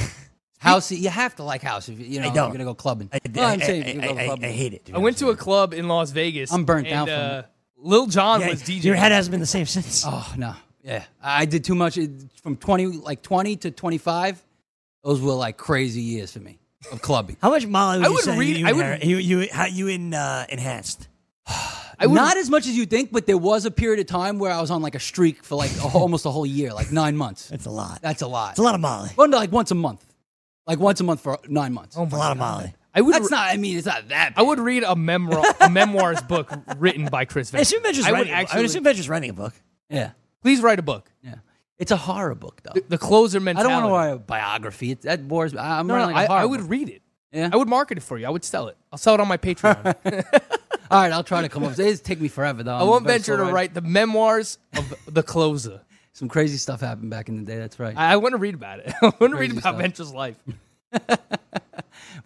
[SPEAKER 5] house, you have to like house if you, you know
[SPEAKER 4] don't.
[SPEAKER 5] you're gonna go clubbing.
[SPEAKER 4] I,
[SPEAKER 5] Well, I'm
[SPEAKER 4] I-
[SPEAKER 5] saying
[SPEAKER 4] I-
[SPEAKER 5] if you're gonna
[SPEAKER 4] I-
[SPEAKER 5] go clubbing.
[SPEAKER 4] I hate it.
[SPEAKER 6] I went to a club in Las Vegas.
[SPEAKER 5] I'm burnt
[SPEAKER 6] and,
[SPEAKER 5] out from
[SPEAKER 6] uh, Lil Jon
[SPEAKER 4] Yeah,
[SPEAKER 6] was DJ.
[SPEAKER 4] Your head hasn't been the same since.
[SPEAKER 5] Oh no, yeah, I did too much. It- From twenty, like twenty to twenty-five, those were like crazy years for me of clubbing.
[SPEAKER 4] How much Molly would
[SPEAKER 6] I
[SPEAKER 4] you
[SPEAKER 6] would
[SPEAKER 4] say
[SPEAKER 6] read-
[SPEAKER 4] you,
[SPEAKER 6] I
[SPEAKER 4] and
[SPEAKER 6] would-
[SPEAKER 4] her- you you how you in uh, enhanced?
[SPEAKER 6] I would-
[SPEAKER 5] Not as much as you think, but there was a period of time where I was on like a streak for like a, whole- almost a whole year, like nine months.
[SPEAKER 4] That's a lot.
[SPEAKER 5] That's a lot.
[SPEAKER 4] It's a lot of Molly.
[SPEAKER 5] Well, no, like once a month, like once a month for nine months.
[SPEAKER 4] It's a lot of Molly.
[SPEAKER 6] I would.
[SPEAKER 5] That's not. I mean, it's not that. Bad.
[SPEAKER 6] Oh, I would read a memoir, a memoirs book written by Chris
[SPEAKER 4] I
[SPEAKER 6] Venture.
[SPEAKER 4] assume Venture's
[SPEAKER 6] I would
[SPEAKER 4] writing. a book. I
[SPEAKER 6] actually.
[SPEAKER 4] would assume Venture's writing a book.
[SPEAKER 5] Yeah,
[SPEAKER 6] please write a book.
[SPEAKER 5] yeah. It's a horror book though.
[SPEAKER 6] The, the closer
[SPEAKER 5] I
[SPEAKER 6] mentality.
[SPEAKER 5] don't want to write a biography. It, that bores me. I- I'm
[SPEAKER 6] No, no,
[SPEAKER 5] writing like a
[SPEAKER 6] I,
[SPEAKER 5] horror
[SPEAKER 6] I would
[SPEAKER 5] book.
[SPEAKER 6] read it.
[SPEAKER 5] Yeah.
[SPEAKER 6] I would market it for you. I would sell it. I'll sell it on my Patreon.
[SPEAKER 5] All right, I'll try to come up. It's take me forever though.
[SPEAKER 6] I want Venture to write the memoirs of the closer.
[SPEAKER 5] Some crazy stuff happened back in the day. That's right.
[SPEAKER 6] I, I want to read about it. I want to read
[SPEAKER 5] Crazy
[SPEAKER 6] about
[SPEAKER 5] stuff.
[SPEAKER 6] Venture's life.
[SPEAKER 5] But
[SPEAKER 6] I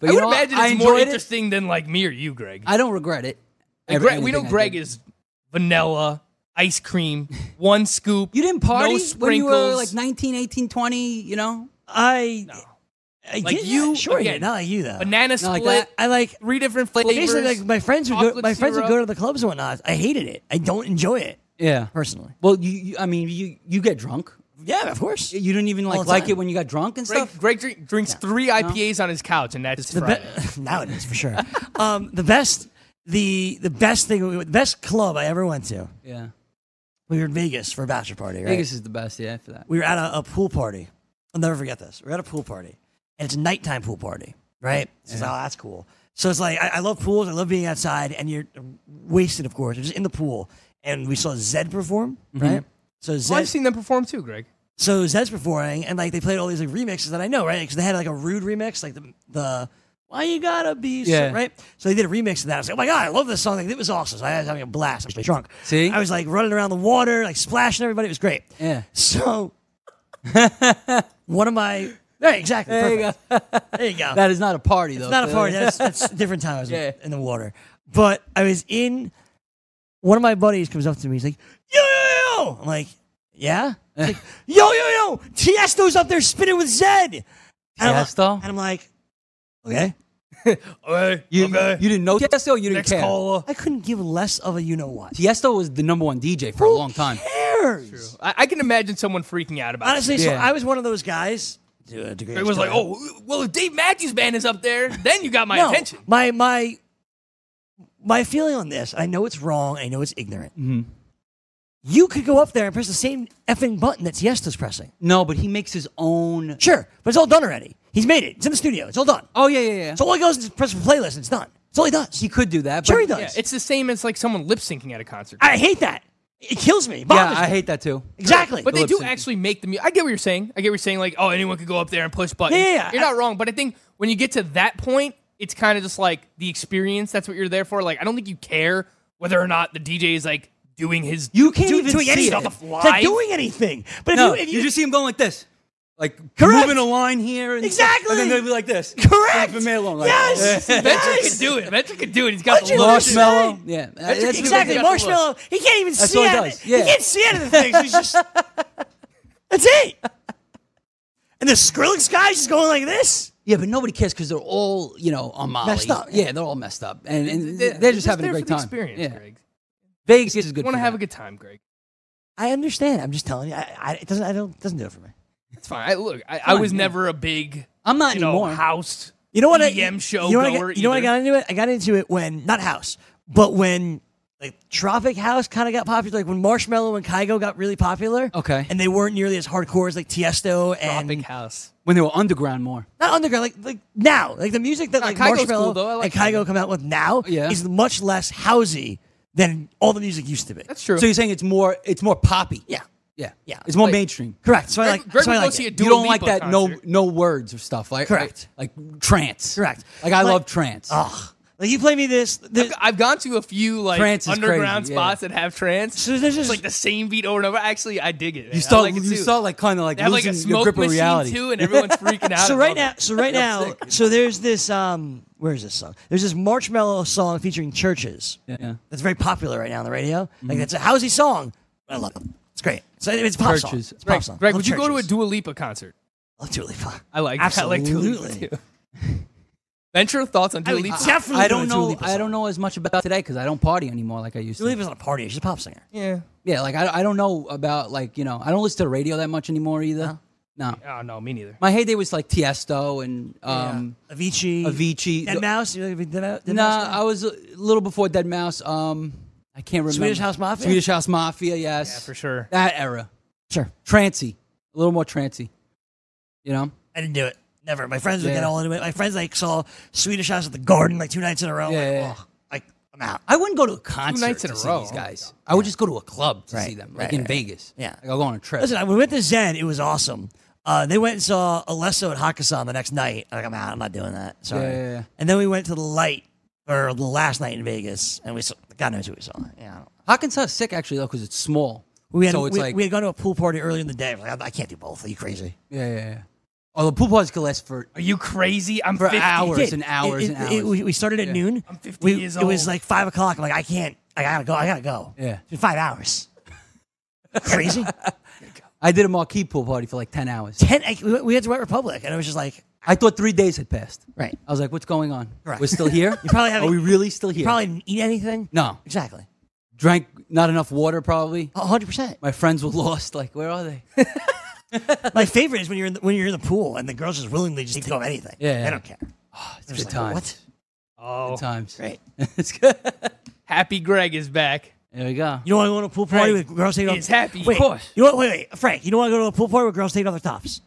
[SPEAKER 5] you
[SPEAKER 6] would
[SPEAKER 5] know what?
[SPEAKER 6] imagine
[SPEAKER 5] I
[SPEAKER 6] it's more
[SPEAKER 5] enjoyed it.
[SPEAKER 6] interesting than like me or you, Greg.
[SPEAKER 5] I don't regret it.
[SPEAKER 6] Like,
[SPEAKER 5] Every-
[SPEAKER 6] Greg- we know
[SPEAKER 5] anything I
[SPEAKER 6] Greg
[SPEAKER 5] did.
[SPEAKER 6] is vanilla, ice cream, one scoop.
[SPEAKER 5] You didn't
[SPEAKER 6] no
[SPEAKER 5] party when you were
[SPEAKER 6] sprinkles.
[SPEAKER 5] like 19, 18, 20, you know?
[SPEAKER 4] I. I
[SPEAKER 6] Like
[SPEAKER 4] did,
[SPEAKER 6] you,
[SPEAKER 4] yeah, sure,
[SPEAKER 6] again,
[SPEAKER 4] yeah, not like you though.
[SPEAKER 6] banana
[SPEAKER 5] Not like
[SPEAKER 6] split.
[SPEAKER 5] that.
[SPEAKER 4] I like
[SPEAKER 6] Three different
[SPEAKER 4] Well,
[SPEAKER 6] flavors.
[SPEAKER 4] basically, like my friends would go.
[SPEAKER 6] chocolate
[SPEAKER 4] My friends would go
[SPEAKER 6] syrup.
[SPEAKER 4] to the clubs and whatnot. I hated it. I don't enjoy it
[SPEAKER 5] Yeah.
[SPEAKER 4] personally.
[SPEAKER 5] Well, you, you I mean, you you get drunk.
[SPEAKER 4] Yeah, of course.
[SPEAKER 5] You didn't even
[SPEAKER 4] All
[SPEAKER 5] like
[SPEAKER 4] the
[SPEAKER 5] like
[SPEAKER 4] time.
[SPEAKER 5] it when you got drunk and
[SPEAKER 6] Greg,
[SPEAKER 5] stuff.
[SPEAKER 6] Greg drink, drinks three IPAs on his couch, and that's
[SPEAKER 4] The
[SPEAKER 6] Friday.
[SPEAKER 4] be- nowadays for sure. um, the best, the the best thing, the best club I ever went to.
[SPEAKER 5] Yeah.
[SPEAKER 4] We were in Vegas for a bachelor party. Right?
[SPEAKER 5] Vegas is the best, yeah, for that.
[SPEAKER 4] we were at a, a pool party. I'll never forget this. We are at a pool party, and it's a nighttime pool party, right? So it's like, oh, that's cool. So it's like I, I love pools. I love being outside, and you're wasted, of course. You're just in the pool, and we saw Zed perform, right? So Zed,
[SPEAKER 6] Well, Oh, I've seen them perform too, Greg.
[SPEAKER 4] so Zed's performing, and like they played all these like remixes that I know, right? Because they had like a rude remix, like the the why you gotta be, so-"
[SPEAKER 5] Yeah.
[SPEAKER 4] right? So they did a remix of that. I was like, oh my god, I love this song. Like, it was awesome. So I was having a blast. I was drunk.
[SPEAKER 5] See?
[SPEAKER 4] I was like running around the water, like splashing everybody. It was great.
[SPEAKER 5] Yeah.
[SPEAKER 4] So one of my right, exactly.
[SPEAKER 5] There you
[SPEAKER 4] perfect. there you go.
[SPEAKER 5] That is not a party though.
[SPEAKER 4] It's not a
[SPEAKER 5] so-
[SPEAKER 4] party. That's, that's a different time. I was
[SPEAKER 5] Yeah.
[SPEAKER 4] in the water. But I was in. One of my buddies comes up to me. He's like, "Yo, yo, yo!" I'm like, "Yeah." He's like, "Yo, yo, yo!" Tiesto's up there spinning with Zed. And I'm-
[SPEAKER 5] Tiesto?
[SPEAKER 4] And I'm like, "Okay."
[SPEAKER 6] Okay,
[SPEAKER 5] you, you didn't know Tiesto, you didn't
[SPEAKER 6] Next
[SPEAKER 5] care.
[SPEAKER 6] caller.
[SPEAKER 4] I couldn't give less of a you know what.
[SPEAKER 5] Tiesto was the number one DJ for a long time.
[SPEAKER 4] Who cares?
[SPEAKER 6] I, I can imagine someone freaking out about
[SPEAKER 4] Honestly,
[SPEAKER 6] it.
[SPEAKER 4] so
[SPEAKER 5] Yeah.
[SPEAKER 4] I was one of those guys. to a degree
[SPEAKER 6] It was like,
[SPEAKER 4] extent.
[SPEAKER 6] oh, well, if Dave Matthews Band is up there, then you got my
[SPEAKER 4] no,
[SPEAKER 6] attention.
[SPEAKER 4] My my my feeling on this. I know it's wrong. I know it's ignorant.
[SPEAKER 5] Mm-hmm.
[SPEAKER 4] You could go up there and press the same effing button that Siesta's pressing.
[SPEAKER 5] No, but he makes his own.
[SPEAKER 4] Sure, but it's all done already. He's made it. It's in the studio. It's all done.
[SPEAKER 5] Oh yeah, yeah, yeah.
[SPEAKER 4] So all he goes is press the playlist. and It's done. It's all he does.
[SPEAKER 5] he could do that. But
[SPEAKER 4] sure he does.
[SPEAKER 6] Yeah, it's the same as like someone lip syncing at a concert.
[SPEAKER 4] I hate that. It kills me. It
[SPEAKER 5] Yeah,
[SPEAKER 4] bothers
[SPEAKER 5] I
[SPEAKER 4] me.
[SPEAKER 5] hate that too.
[SPEAKER 4] exactly.
[SPEAKER 6] But they do
[SPEAKER 5] Lip-syncing.
[SPEAKER 6] actually make the music. I get what you're saying. I get what you're saying. Like, oh, anyone could go up there and push buttons.
[SPEAKER 4] Yeah, yeah, yeah.
[SPEAKER 6] You're not wrong. But I think when you get to that point, it's kind of just like the experience. That's what you're there for. Like, I don't think you care whether or not the DJ is like doing his.
[SPEAKER 5] You can't
[SPEAKER 4] Do-
[SPEAKER 5] even
[SPEAKER 4] doing
[SPEAKER 5] see
[SPEAKER 4] any
[SPEAKER 5] it.
[SPEAKER 4] stuff.
[SPEAKER 6] Stuff
[SPEAKER 4] It's not
[SPEAKER 6] live.
[SPEAKER 4] doing anything. But if
[SPEAKER 5] No,
[SPEAKER 4] you, if
[SPEAKER 5] you, just see him going like this, like
[SPEAKER 4] Correct.
[SPEAKER 5] moving a line here, and
[SPEAKER 4] Exactly.
[SPEAKER 5] and then they'll be like this.
[SPEAKER 4] Correct.
[SPEAKER 5] Leave me alone like
[SPEAKER 4] yes.
[SPEAKER 5] that.
[SPEAKER 6] Venture
[SPEAKER 4] yes.
[SPEAKER 6] can do it. Venture can do it. He's got
[SPEAKER 4] What'd
[SPEAKER 6] the
[SPEAKER 4] you
[SPEAKER 6] look.
[SPEAKER 4] listen to?
[SPEAKER 5] Marshmallow. Yeah, uh, that's what he
[SPEAKER 4] exactly.
[SPEAKER 5] does.
[SPEAKER 4] Marshmallow. He can't even
[SPEAKER 5] That's
[SPEAKER 4] see
[SPEAKER 5] all he
[SPEAKER 4] out
[SPEAKER 5] does,
[SPEAKER 4] of it.
[SPEAKER 5] yeah.
[SPEAKER 4] He can't see out of the things. He's just. That's it. And the Skrillex guy's just going like this.
[SPEAKER 5] Yeah, but nobody cares because they're all you know on Molly.
[SPEAKER 4] Messed up.
[SPEAKER 5] Yeah, they're all messed up, and, and
[SPEAKER 6] They're-
[SPEAKER 5] they're, just having a
[SPEAKER 6] there
[SPEAKER 5] great
[SPEAKER 6] for the
[SPEAKER 5] time.
[SPEAKER 6] Experience,
[SPEAKER 5] yeah.
[SPEAKER 6] Greg.
[SPEAKER 5] Vegas is good.
[SPEAKER 6] Want
[SPEAKER 5] for
[SPEAKER 6] to have a
[SPEAKER 5] that.
[SPEAKER 6] good time, Greg?
[SPEAKER 4] I understand. I'm just telling you. I, I, it doesn't. I don't. Doesn't do it for me.
[SPEAKER 6] It's fine. I, look, I, I
[SPEAKER 5] on,
[SPEAKER 6] was
[SPEAKER 5] yeah.
[SPEAKER 6] never a big
[SPEAKER 5] I'm not
[SPEAKER 6] you know,
[SPEAKER 5] anymore.
[SPEAKER 6] house.
[SPEAKER 4] You know what? I,
[SPEAKER 6] EDM show
[SPEAKER 4] You know, what I,
[SPEAKER 6] goer
[SPEAKER 4] got, you know what I
[SPEAKER 6] either.
[SPEAKER 4] got into it? I got into it when not house, but when like Tropic House kind of got popular. Like when Marshmallow and Kygo got really popular.
[SPEAKER 5] Okay.
[SPEAKER 4] And they weren't nearly as hardcore as like Tiesto and
[SPEAKER 6] Tropic House.
[SPEAKER 5] when they were underground more.
[SPEAKER 4] not underground, like like now, like the music that
[SPEAKER 6] Nah,
[SPEAKER 4] like
[SPEAKER 6] Kygo's
[SPEAKER 4] Marshmello
[SPEAKER 6] cool, though. I like
[SPEAKER 4] and Kygo
[SPEAKER 6] Kygo.
[SPEAKER 4] come out with now
[SPEAKER 5] Yeah.
[SPEAKER 4] is much less housey than all the music used to be.
[SPEAKER 6] That's true.
[SPEAKER 5] So you're saying it's more it's more poppy.
[SPEAKER 4] yeah,
[SPEAKER 5] yeah,
[SPEAKER 4] Yeah.
[SPEAKER 5] It's more
[SPEAKER 6] Like-
[SPEAKER 5] mainstream.
[SPEAKER 4] correct. So I
[SPEAKER 6] Greg-
[SPEAKER 4] like.
[SPEAKER 6] Greg
[SPEAKER 4] so I
[SPEAKER 6] would go
[SPEAKER 4] like
[SPEAKER 6] see
[SPEAKER 4] it.
[SPEAKER 6] a
[SPEAKER 5] You
[SPEAKER 6] Dua
[SPEAKER 5] don't like
[SPEAKER 6] Lipa
[SPEAKER 5] that no
[SPEAKER 6] concert.
[SPEAKER 5] no words or stuff like
[SPEAKER 4] Correct.
[SPEAKER 5] like, like trance
[SPEAKER 4] Correct.
[SPEAKER 5] like I
[SPEAKER 4] Like-
[SPEAKER 5] love
[SPEAKER 6] oh,
[SPEAKER 5] trance
[SPEAKER 4] Ugh. Like you play me this. this
[SPEAKER 6] I've gone to a few like
[SPEAKER 5] Trance is
[SPEAKER 6] underground
[SPEAKER 5] crazy, yeah.
[SPEAKER 6] spots that have trance.
[SPEAKER 4] So there's
[SPEAKER 6] It's
[SPEAKER 4] just-
[SPEAKER 6] like the same beat over and over. Actually, I dig it. man.
[SPEAKER 5] you start
[SPEAKER 6] I like it
[SPEAKER 5] you
[SPEAKER 6] too.
[SPEAKER 5] start like kind of like
[SPEAKER 6] They have like a
[SPEAKER 5] losing your
[SPEAKER 6] smoke
[SPEAKER 5] grip of
[SPEAKER 6] machine
[SPEAKER 5] reality
[SPEAKER 6] too, and everyone's freaking out.
[SPEAKER 4] so
[SPEAKER 6] I
[SPEAKER 4] right
[SPEAKER 6] love
[SPEAKER 4] now,
[SPEAKER 6] it.
[SPEAKER 4] so right now, so there's this. Um, where is this song? There's this Marshmello song featuring churches.
[SPEAKER 5] yeah.
[SPEAKER 4] That's very popular right now on the radio.
[SPEAKER 6] Mm-hmm.
[SPEAKER 4] Like that's a housey song. I love it. It's great. So it's a pop song.
[SPEAKER 5] Churches.
[SPEAKER 4] It's a pop
[SPEAKER 6] Greg,
[SPEAKER 4] song.
[SPEAKER 6] Greg
[SPEAKER 4] Love
[SPEAKER 6] would you go to a
[SPEAKER 4] churches.
[SPEAKER 6] Dua Lipa concert?
[SPEAKER 4] Love Dua Lipa.
[SPEAKER 6] I like I like Dua Lipa,
[SPEAKER 4] absolutely.
[SPEAKER 6] too. Venture thoughts on
[SPEAKER 4] I
[SPEAKER 6] Dua
[SPEAKER 4] would
[SPEAKER 6] Lipa?
[SPEAKER 4] definitely. go
[SPEAKER 5] I
[SPEAKER 4] to
[SPEAKER 5] don't
[SPEAKER 4] a Dua
[SPEAKER 5] know
[SPEAKER 4] Lipa
[SPEAKER 5] I don't
[SPEAKER 4] song.
[SPEAKER 5] know as much about today because I don't party anymore like I used
[SPEAKER 4] Dua
[SPEAKER 5] to
[SPEAKER 4] Lipa's not a party. She's a pop singer.
[SPEAKER 6] yeah.
[SPEAKER 5] yeah like I, I don't know about like you know I don't listen to the radio that much anymore either no
[SPEAKER 6] Oh no, me neither.
[SPEAKER 5] my heyday was like Tiesto and um
[SPEAKER 4] Avicii.
[SPEAKER 5] Avicii.
[SPEAKER 4] Dead Mouse. You like Dead, Mou- Dead Mouse?
[SPEAKER 5] nah I was a little before Dead Mouse um I can't remember
[SPEAKER 4] Swedish House Mafia?
[SPEAKER 5] Swedish House Mafia yes
[SPEAKER 6] Yeah, for sure.
[SPEAKER 5] that era
[SPEAKER 4] sure.
[SPEAKER 5] trancy a little more trancy you know
[SPEAKER 4] I didn't do it. Never. My friends would
[SPEAKER 5] Yeah.
[SPEAKER 4] get all into it. My friends like saw Swedish House at the Garden like two nights in a row.
[SPEAKER 5] Yeah,
[SPEAKER 4] like,
[SPEAKER 5] yeah, yeah.
[SPEAKER 4] oh, like I'm out.
[SPEAKER 5] I wouldn't go to a concert
[SPEAKER 6] nights in
[SPEAKER 5] to
[SPEAKER 6] a
[SPEAKER 5] see
[SPEAKER 6] row.
[SPEAKER 5] these guys. I would just go to a club to
[SPEAKER 4] Right,
[SPEAKER 5] see them,
[SPEAKER 4] right,
[SPEAKER 5] like in
[SPEAKER 4] right,
[SPEAKER 5] Vegas.
[SPEAKER 4] Yeah.
[SPEAKER 5] like I'll go on a trip.
[SPEAKER 4] Listen, I- we went to Zen. It was awesome. Uh, they went and saw Alesso at Hakkasan the next night. I'm like, I'm out. I'm not doing that. Sorry.
[SPEAKER 5] Yeah, yeah, yeah.
[SPEAKER 4] And then we went to the light or the last night in Vegas, and we saw, God knows who we saw. Yeah, I don't know.
[SPEAKER 5] Hawkins is sick actually though because it's small.
[SPEAKER 4] We had
[SPEAKER 5] so it's
[SPEAKER 4] we,
[SPEAKER 5] like
[SPEAKER 4] we had gone to a pool party early in the day. I was like, I I can't do both. Are you crazy?
[SPEAKER 5] yeah, yeah, yeah. Oh, the pool parties could last for
[SPEAKER 6] Are you crazy? I'm
[SPEAKER 5] For
[SPEAKER 6] 50.
[SPEAKER 5] hours.
[SPEAKER 4] did.
[SPEAKER 5] and hours
[SPEAKER 4] It-
[SPEAKER 5] and
[SPEAKER 4] it- it-
[SPEAKER 5] hours.
[SPEAKER 4] we, we started at noon.
[SPEAKER 6] I'm 50
[SPEAKER 4] we,
[SPEAKER 6] years
[SPEAKER 4] It was
[SPEAKER 6] old.
[SPEAKER 4] like five o'clock. I'm like, I can't. I gotta go. I gotta go.
[SPEAKER 5] Yeah.
[SPEAKER 4] It's been five hours. Crazy.
[SPEAKER 5] I did a marquee pool party for like ten hours.
[SPEAKER 4] Ten. I, we went- we had to White Republic, and it was just like
[SPEAKER 5] I thought three days had passed.
[SPEAKER 4] Right.
[SPEAKER 5] I was like, what's going on?
[SPEAKER 4] Correct.
[SPEAKER 5] We're still here.
[SPEAKER 4] You probably haven't-
[SPEAKER 5] Are we really still
[SPEAKER 4] you
[SPEAKER 5] here?
[SPEAKER 4] probably didn't eat anything.
[SPEAKER 5] No.
[SPEAKER 4] Exactly.
[SPEAKER 5] drank not enough water. Probably
[SPEAKER 4] A hundred percent.
[SPEAKER 5] my friends were lost. Like where are they?
[SPEAKER 4] My favorite is when you're in the, when you're in the pool and the girls just willingly just take go of anything.
[SPEAKER 5] Yeah,
[SPEAKER 4] They
[SPEAKER 5] yeah.
[SPEAKER 4] don't care.
[SPEAKER 5] It's
[SPEAKER 4] They're
[SPEAKER 5] good
[SPEAKER 4] just like,
[SPEAKER 5] times.
[SPEAKER 4] What?
[SPEAKER 6] Oh,
[SPEAKER 5] Good times.
[SPEAKER 4] Great.
[SPEAKER 5] it's good.
[SPEAKER 6] happy Greg is back.
[SPEAKER 5] There we go.
[SPEAKER 4] You don't want to go to a pool party
[SPEAKER 6] Frank
[SPEAKER 4] with girls taking
[SPEAKER 6] is
[SPEAKER 4] off.
[SPEAKER 6] happy.
[SPEAKER 4] Wait,
[SPEAKER 6] Of course.
[SPEAKER 4] You know what? Wait, wait, Frank. You don't want to go to a pool party with girls taking off their tops.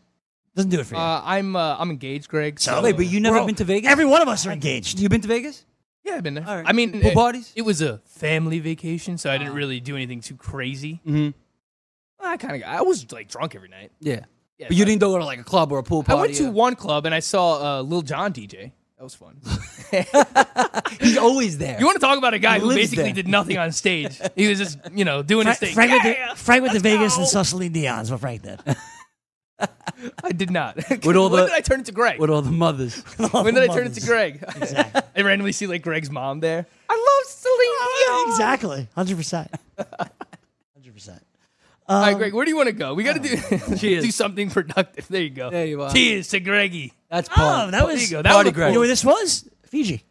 [SPEAKER 4] Doesn't do it for you.
[SPEAKER 6] Uh, I'm uh, I'm engaged, Greg. So,
[SPEAKER 5] Wait, but you never
[SPEAKER 4] Uh, Bro,
[SPEAKER 5] been to Vegas?
[SPEAKER 4] Every one of us are engaged.
[SPEAKER 5] you been to Vegas?
[SPEAKER 6] yeah, I've been there.
[SPEAKER 5] All right.
[SPEAKER 6] I mean,
[SPEAKER 5] Pool
[SPEAKER 6] eh,
[SPEAKER 5] parties?
[SPEAKER 6] It was a family vacation, so I didn't really do anything too crazy.
[SPEAKER 5] Mm-hmm.
[SPEAKER 6] I kind of I was like drunk every night.
[SPEAKER 5] Yeah.
[SPEAKER 6] Yeah,
[SPEAKER 5] But you didn't go to like a club or a pool
[SPEAKER 6] I
[SPEAKER 5] party.
[SPEAKER 6] went to
[SPEAKER 5] or-
[SPEAKER 6] one club and I saw uh, Lil John DJ. That was fun.
[SPEAKER 5] He's always there.
[SPEAKER 6] You want to talk about a guy who
[SPEAKER 5] Lives
[SPEAKER 6] basically
[SPEAKER 5] there.
[SPEAKER 6] did nothing on stage? He was just you know doing
[SPEAKER 4] Fra-
[SPEAKER 6] his thing.
[SPEAKER 4] Frank, went
[SPEAKER 6] Yeah!
[SPEAKER 4] to, Frank went to
[SPEAKER 6] Let's
[SPEAKER 4] Vegas
[SPEAKER 6] go!
[SPEAKER 4] and saw Celine Dion's what Frank did.
[SPEAKER 6] I did not.
[SPEAKER 5] With all
[SPEAKER 6] when
[SPEAKER 5] the-
[SPEAKER 6] did I turn it to Greg?
[SPEAKER 5] with all the mothers.
[SPEAKER 6] when did I turn it to Greg? I randomly see like Greg's mom there. Ah, I love Celine Dion.
[SPEAKER 4] exactly, hundred percent, hundred percent.
[SPEAKER 6] All right, Greg, where do you want to go? We got to do
[SPEAKER 5] Cheers.
[SPEAKER 6] do something productive. There you go.
[SPEAKER 5] There you are.
[SPEAKER 6] Cheers to Greggy.
[SPEAKER 5] That's
[SPEAKER 4] Oh,
[SPEAKER 5] part.
[SPEAKER 4] that
[SPEAKER 6] There
[SPEAKER 4] was
[SPEAKER 6] you go.
[SPEAKER 4] you,
[SPEAKER 6] That
[SPEAKER 5] Party
[SPEAKER 6] was a
[SPEAKER 5] Greg.
[SPEAKER 4] know where this was Fiji.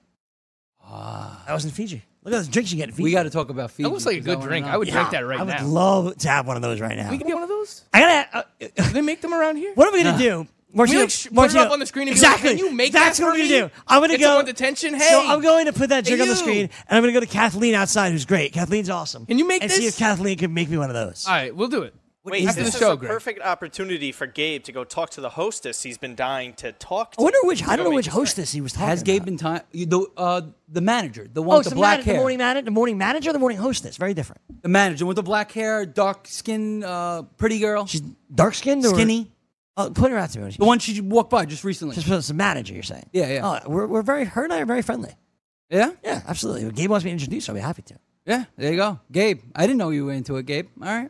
[SPEAKER 4] Ah, that was in Fiji. Look at those drinks you get. at Fiji.
[SPEAKER 5] We got to talk about Fiji.
[SPEAKER 6] That looks like a
[SPEAKER 5] 'cause I
[SPEAKER 6] good
[SPEAKER 5] wanna
[SPEAKER 6] drink.
[SPEAKER 5] know.
[SPEAKER 6] I would drink that right
[SPEAKER 4] I would
[SPEAKER 6] now.
[SPEAKER 4] love to have one of those right now.
[SPEAKER 6] we can get one of those.
[SPEAKER 4] I gotta. Uh,
[SPEAKER 6] Do they make them around here?
[SPEAKER 4] what are we gonna do? Marcia,
[SPEAKER 6] like, sh- put it up on the screen and be like,
[SPEAKER 4] exactly.
[SPEAKER 6] "Can you make
[SPEAKER 4] That's
[SPEAKER 6] that
[SPEAKER 4] what
[SPEAKER 6] for
[SPEAKER 4] we're gonna
[SPEAKER 6] me?
[SPEAKER 4] do. I'm gonna
[SPEAKER 6] It's
[SPEAKER 4] go
[SPEAKER 6] on detention.
[SPEAKER 4] So
[SPEAKER 6] Hey!
[SPEAKER 4] I'm going to put that drink on the
[SPEAKER 6] you!
[SPEAKER 4] screen, and I'm gonna go to Kathleen outside, who's great. Kathleen's awesome.
[SPEAKER 6] Can you make
[SPEAKER 4] and see
[SPEAKER 6] this?
[SPEAKER 4] if Kathleen can make me one of those.
[SPEAKER 6] All right, we'll do it.
[SPEAKER 9] Wait,
[SPEAKER 4] is
[SPEAKER 6] after
[SPEAKER 9] this
[SPEAKER 6] the
[SPEAKER 9] is
[SPEAKER 6] show,
[SPEAKER 9] a
[SPEAKER 6] Greg.
[SPEAKER 9] perfect opportunity for Gabe to go talk to the hostess he's been dying to talk
[SPEAKER 4] I
[SPEAKER 9] to.
[SPEAKER 4] wonder which. I don't know
[SPEAKER 9] make
[SPEAKER 4] which
[SPEAKER 9] this right.
[SPEAKER 4] hostess he was talking.
[SPEAKER 5] Has Gabe
[SPEAKER 4] about.
[SPEAKER 5] been time? You, the uh, the manager, the one
[SPEAKER 4] Oh,
[SPEAKER 5] with
[SPEAKER 4] it's
[SPEAKER 5] the
[SPEAKER 4] the,
[SPEAKER 5] black
[SPEAKER 4] man- the
[SPEAKER 5] hair,
[SPEAKER 4] morning manager, the morning manager, or the morning hostess. Very different.
[SPEAKER 5] the manager with the black hair, dark skin, uh, pretty girl,
[SPEAKER 4] She's dark skinned or
[SPEAKER 5] skinny.
[SPEAKER 4] Oh, put her out to me.
[SPEAKER 5] The one she walked by just recently.
[SPEAKER 4] Just it's a manager, you're saying?
[SPEAKER 5] Yeah, yeah.
[SPEAKER 4] Oh, we're, we're very her and I are very friendly.
[SPEAKER 5] yeah,
[SPEAKER 4] Yeah, absolutely. If Gabe wants me to introduce, I'll be happy to.
[SPEAKER 5] yeah. There you go, Gabe. I didn't know you were into it, Gabe. All right,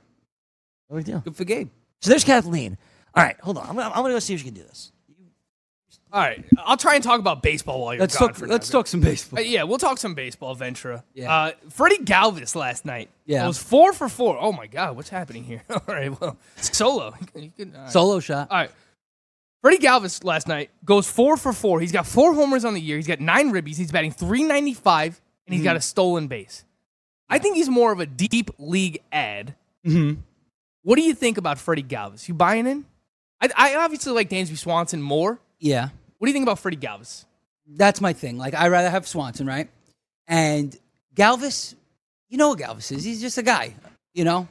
[SPEAKER 4] No big deal.
[SPEAKER 5] good for Gabe.
[SPEAKER 4] So there's Kathleen. All right, hold on. I'm gonna, I'm gonna go see if she can do this.
[SPEAKER 6] All right, I'll try and talk about baseball while you're
[SPEAKER 5] Let's
[SPEAKER 6] gone.
[SPEAKER 5] talk.
[SPEAKER 6] for
[SPEAKER 5] Let's
[SPEAKER 6] now.
[SPEAKER 5] talk some baseball.
[SPEAKER 6] Uh, yeah, we'll talk some baseball, Ventura.
[SPEAKER 5] Yeah.
[SPEAKER 6] Uh, Freddie Galvis last night.
[SPEAKER 5] Yeah.
[SPEAKER 6] It was four for four. Oh my God, what's happening here? All right, well, solo. You can, all right.
[SPEAKER 5] Solo shot.
[SPEAKER 6] All right. Freddie Galvis last night goes four for four. He's got four homers on the year. He's got nine ribbies. He's batting 395, and
[SPEAKER 5] Mm-hmm.
[SPEAKER 6] he's got a stolen base. I think he's more of a deep league ad.
[SPEAKER 5] Mm-hmm.
[SPEAKER 6] What do you think about Freddie Galvis? You buying in? I, I obviously like Dansby Swanson more.
[SPEAKER 5] Yeah,
[SPEAKER 6] What do you think about Freddie Galvis?
[SPEAKER 5] that's my thing. Like I rather have Swanson, right? And Galvis, you know what Galvis is? He's just a guy. You know,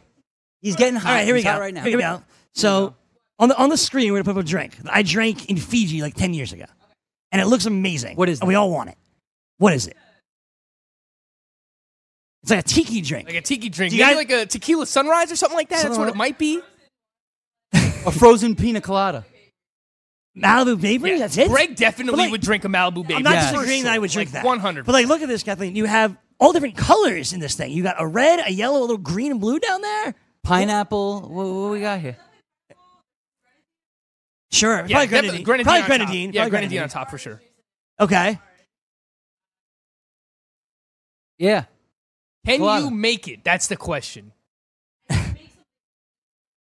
[SPEAKER 5] he's getting hot.
[SPEAKER 4] All right, here we
[SPEAKER 5] He's hot
[SPEAKER 4] go.
[SPEAKER 5] Right now,
[SPEAKER 4] Here we go. So on the on the screen, we're gonna put up a drink. I drank in Fiji like ten years ago, and it looks amazing.
[SPEAKER 5] What is
[SPEAKER 4] And we all want it. What is it? It's like a tiki drink.
[SPEAKER 6] Like a tiki drink?
[SPEAKER 4] Do you
[SPEAKER 6] Maybe
[SPEAKER 4] guys-
[SPEAKER 6] like a tequila sunrise or something like that? That's
[SPEAKER 4] Something
[SPEAKER 6] what
[SPEAKER 4] like-
[SPEAKER 6] it might be.
[SPEAKER 5] A frozen pina colada.
[SPEAKER 4] Malibu Baby. That's it.
[SPEAKER 6] Greg definitely
[SPEAKER 4] But, like,
[SPEAKER 6] would drink a Malibu baby.
[SPEAKER 4] I'm not
[SPEAKER 5] Yeah.
[SPEAKER 4] disagreeing that I would drink
[SPEAKER 6] Like,
[SPEAKER 4] that.
[SPEAKER 6] 100.
[SPEAKER 4] But like, look at this, Kathleen. You have all different colors in this thing. You got a red, a yellow, a little green and blue down there.
[SPEAKER 5] Pineapple. What, what we got here?
[SPEAKER 4] Sure,
[SPEAKER 6] yeah,
[SPEAKER 4] probably
[SPEAKER 6] definitely
[SPEAKER 4] grenadine. Probably
[SPEAKER 6] on top.
[SPEAKER 4] grenadine.
[SPEAKER 6] Yeah,
[SPEAKER 4] probably
[SPEAKER 6] grenadine on top for sure.
[SPEAKER 4] Okay.
[SPEAKER 5] Yeah.
[SPEAKER 6] Can
[SPEAKER 5] Colada.
[SPEAKER 6] you make it? That's the question.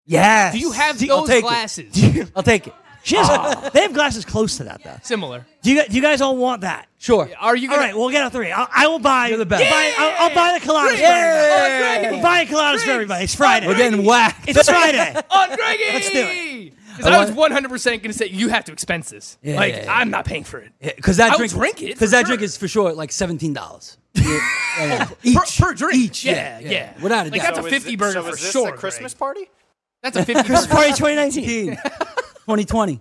[SPEAKER 4] Yes.
[SPEAKER 6] Do you have
[SPEAKER 5] I'll
[SPEAKER 6] those
[SPEAKER 5] take it.
[SPEAKER 6] glasses? Oh.
[SPEAKER 5] I'll take it.
[SPEAKER 4] She has- they have glasses close to that though.
[SPEAKER 6] Similar.
[SPEAKER 4] Do you, gu- do you guys all want that?
[SPEAKER 5] Sure.
[SPEAKER 6] Are you
[SPEAKER 4] All
[SPEAKER 6] gonna?
[SPEAKER 4] right, we'll get a three. I'll, I will buy.
[SPEAKER 5] You're the best.
[SPEAKER 4] Buy, I'll, I'll buy the Oh, coladas. for
[SPEAKER 5] Yeah.
[SPEAKER 4] everybody. I'll buy coladas for everybody. It's Friday.
[SPEAKER 5] We're getting whacked.
[SPEAKER 4] It's Friday.
[SPEAKER 6] on Greggy.
[SPEAKER 4] Let's do it.
[SPEAKER 6] 'Cause I was 100 percent going to say you have to expense this.
[SPEAKER 5] Yeah,
[SPEAKER 6] like
[SPEAKER 5] yeah, yeah.
[SPEAKER 6] I'm not paying for it
[SPEAKER 5] Because that
[SPEAKER 6] I'll
[SPEAKER 5] drink,
[SPEAKER 6] drink it,
[SPEAKER 5] Because
[SPEAKER 6] for
[SPEAKER 5] that drink
[SPEAKER 6] sure.
[SPEAKER 5] is for sure like seventeen dollars.
[SPEAKER 6] per, per drink.
[SPEAKER 5] each,
[SPEAKER 6] yeah,
[SPEAKER 5] yeah,
[SPEAKER 6] yeah,
[SPEAKER 5] yeah. Without a
[SPEAKER 6] like,
[SPEAKER 5] doubt.
[SPEAKER 6] That's a
[SPEAKER 9] is
[SPEAKER 6] 50
[SPEAKER 9] it-
[SPEAKER 6] burger
[SPEAKER 9] so
[SPEAKER 6] for
[SPEAKER 9] is this
[SPEAKER 6] sure.
[SPEAKER 9] a Christmas
[SPEAKER 6] Greg.
[SPEAKER 9] party?
[SPEAKER 6] That's a 50 burger.
[SPEAKER 4] Party 2019.
[SPEAKER 5] 2020.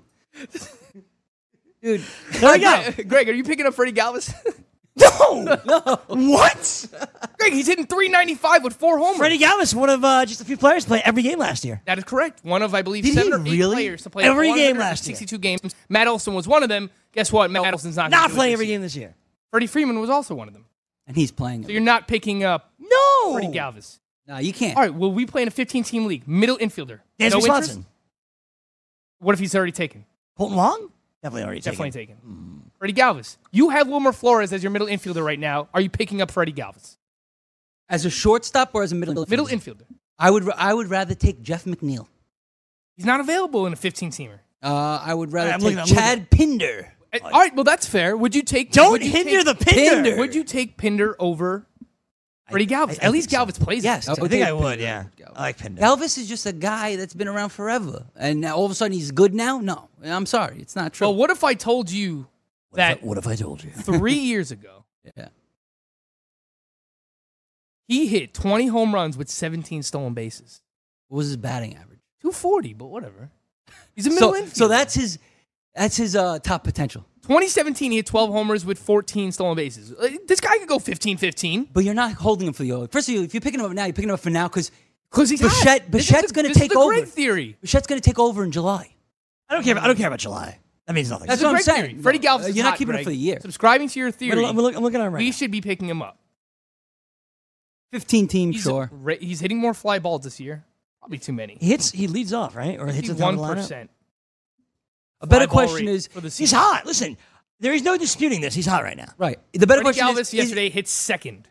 [SPEAKER 5] Dude,
[SPEAKER 4] There we go.
[SPEAKER 6] Greg, are you picking up Freddie Galvis?
[SPEAKER 4] No. What?
[SPEAKER 6] Greg, he's hitting 395 with four homers.
[SPEAKER 4] Freddie Galvis, one of uh, just a few players, play every game last year.
[SPEAKER 6] That is correct. One of I believe
[SPEAKER 5] Did
[SPEAKER 6] seven
[SPEAKER 5] he
[SPEAKER 6] or eight
[SPEAKER 5] really?
[SPEAKER 6] players to play
[SPEAKER 4] Every game last year.
[SPEAKER 6] 62 games. Matt Olson was one of them. Guess what? Matt Olson's not gonna
[SPEAKER 4] Not
[SPEAKER 6] do it
[SPEAKER 4] playing
[SPEAKER 6] this
[SPEAKER 4] every
[SPEAKER 6] year.
[SPEAKER 4] game this year.
[SPEAKER 6] Freddie Freeman was also one of them.
[SPEAKER 5] and he's playing.
[SPEAKER 6] So you're not picking up
[SPEAKER 4] No.
[SPEAKER 6] Freddie Galvis.
[SPEAKER 5] no, you can't.
[SPEAKER 6] All right. Well, we play in a 15 team league. Middle infielder.
[SPEAKER 4] Dansby
[SPEAKER 6] no interest?
[SPEAKER 4] Swanson.
[SPEAKER 6] What if he's already taken?
[SPEAKER 4] Colton Wong? Definitely already
[SPEAKER 6] Definitely
[SPEAKER 4] taken.
[SPEAKER 6] taken. Freddie Galvis. You have Wilmer Flores as your middle infielder right now. Are you picking up Freddie Galvis?
[SPEAKER 5] As a shortstop or as a middle
[SPEAKER 6] Middle infielder.
[SPEAKER 5] I would. I would rather take Jeff McNeil.
[SPEAKER 6] He's not available in a 15 teamer.
[SPEAKER 5] Uh, I would rather
[SPEAKER 4] I'm
[SPEAKER 5] take
[SPEAKER 4] looking- I'm
[SPEAKER 5] Chad Pinder.
[SPEAKER 6] All right, well that's fair. Would you take
[SPEAKER 4] Don't
[SPEAKER 6] would you
[SPEAKER 4] hinder
[SPEAKER 6] take-
[SPEAKER 4] the pinder.
[SPEAKER 5] Pinder.
[SPEAKER 6] Would you take Pinder over Freddie
[SPEAKER 4] I- I
[SPEAKER 6] Galvis?
[SPEAKER 4] think
[SPEAKER 6] At least
[SPEAKER 4] so.
[SPEAKER 6] Galvis plays.
[SPEAKER 5] Yes,
[SPEAKER 6] it.
[SPEAKER 4] I think I would, yeah. I like Pinder.
[SPEAKER 5] Elvis is just a guy that's been around forever, and now all of a sudden he's good now. No, I'm sorry, it's not true.
[SPEAKER 6] Well, what if I told you that
[SPEAKER 4] What if I told you?
[SPEAKER 6] three years ago
[SPEAKER 5] yeah.
[SPEAKER 6] he hit 20 home runs with 17 stolen bases,
[SPEAKER 5] what was his batting average?
[SPEAKER 6] 240, but whatever. He's a middle
[SPEAKER 5] So,
[SPEAKER 6] infielder.
[SPEAKER 5] so that's his. That's his uh, top potential.
[SPEAKER 6] 2017. He hit 12 homers with 14 stolen bases. Uh, This guy could go 15-15
[SPEAKER 5] But you're not holding him for the old. First of all, if you're picking him up now, you're picking him up for now because
[SPEAKER 6] because he's hot.
[SPEAKER 5] Bichette,
[SPEAKER 6] This is the-
[SPEAKER 5] Bichette's going to
[SPEAKER 6] this is
[SPEAKER 5] take
[SPEAKER 6] the
[SPEAKER 5] over.
[SPEAKER 6] Greg theory.
[SPEAKER 5] Bichette's going to take over in July.
[SPEAKER 4] I don't care. About, I don't care about July. That means nothing.
[SPEAKER 5] That's
[SPEAKER 6] It's a
[SPEAKER 5] what I'm
[SPEAKER 6] great
[SPEAKER 5] saying.
[SPEAKER 6] Theory. Freddie Galvis
[SPEAKER 5] Uh,
[SPEAKER 6] is
[SPEAKER 5] you're not
[SPEAKER 6] hot,
[SPEAKER 5] keeping
[SPEAKER 6] Greg.
[SPEAKER 5] him for the year.
[SPEAKER 6] Subscribing to your
[SPEAKER 4] We're
[SPEAKER 6] theory,
[SPEAKER 4] gonna- we're, look- I'm looking at him right
[SPEAKER 6] we
[SPEAKER 4] now.
[SPEAKER 6] should be picking him up.
[SPEAKER 5] 15 team,
[SPEAKER 6] He's,
[SPEAKER 5] sure.
[SPEAKER 6] ra- he's hitting more fly balls this year. Probably too many.
[SPEAKER 4] He hits. He leads off, right? Or hits the top
[SPEAKER 6] One
[SPEAKER 4] of the lineup.
[SPEAKER 6] percent.
[SPEAKER 5] A better question is,
[SPEAKER 6] for the
[SPEAKER 4] He's
[SPEAKER 6] season.
[SPEAKER 4] hot. Listen, there is no disputing this. He's hot right now.
[SPEAKER 5] right? The better
[SPEAKER 6] Freddie
[SPEAKER 5] question
[SPEAKER 6] Galvis
[SPEAKER 5] is, is,
[SPEAKER 6] yesterday hit second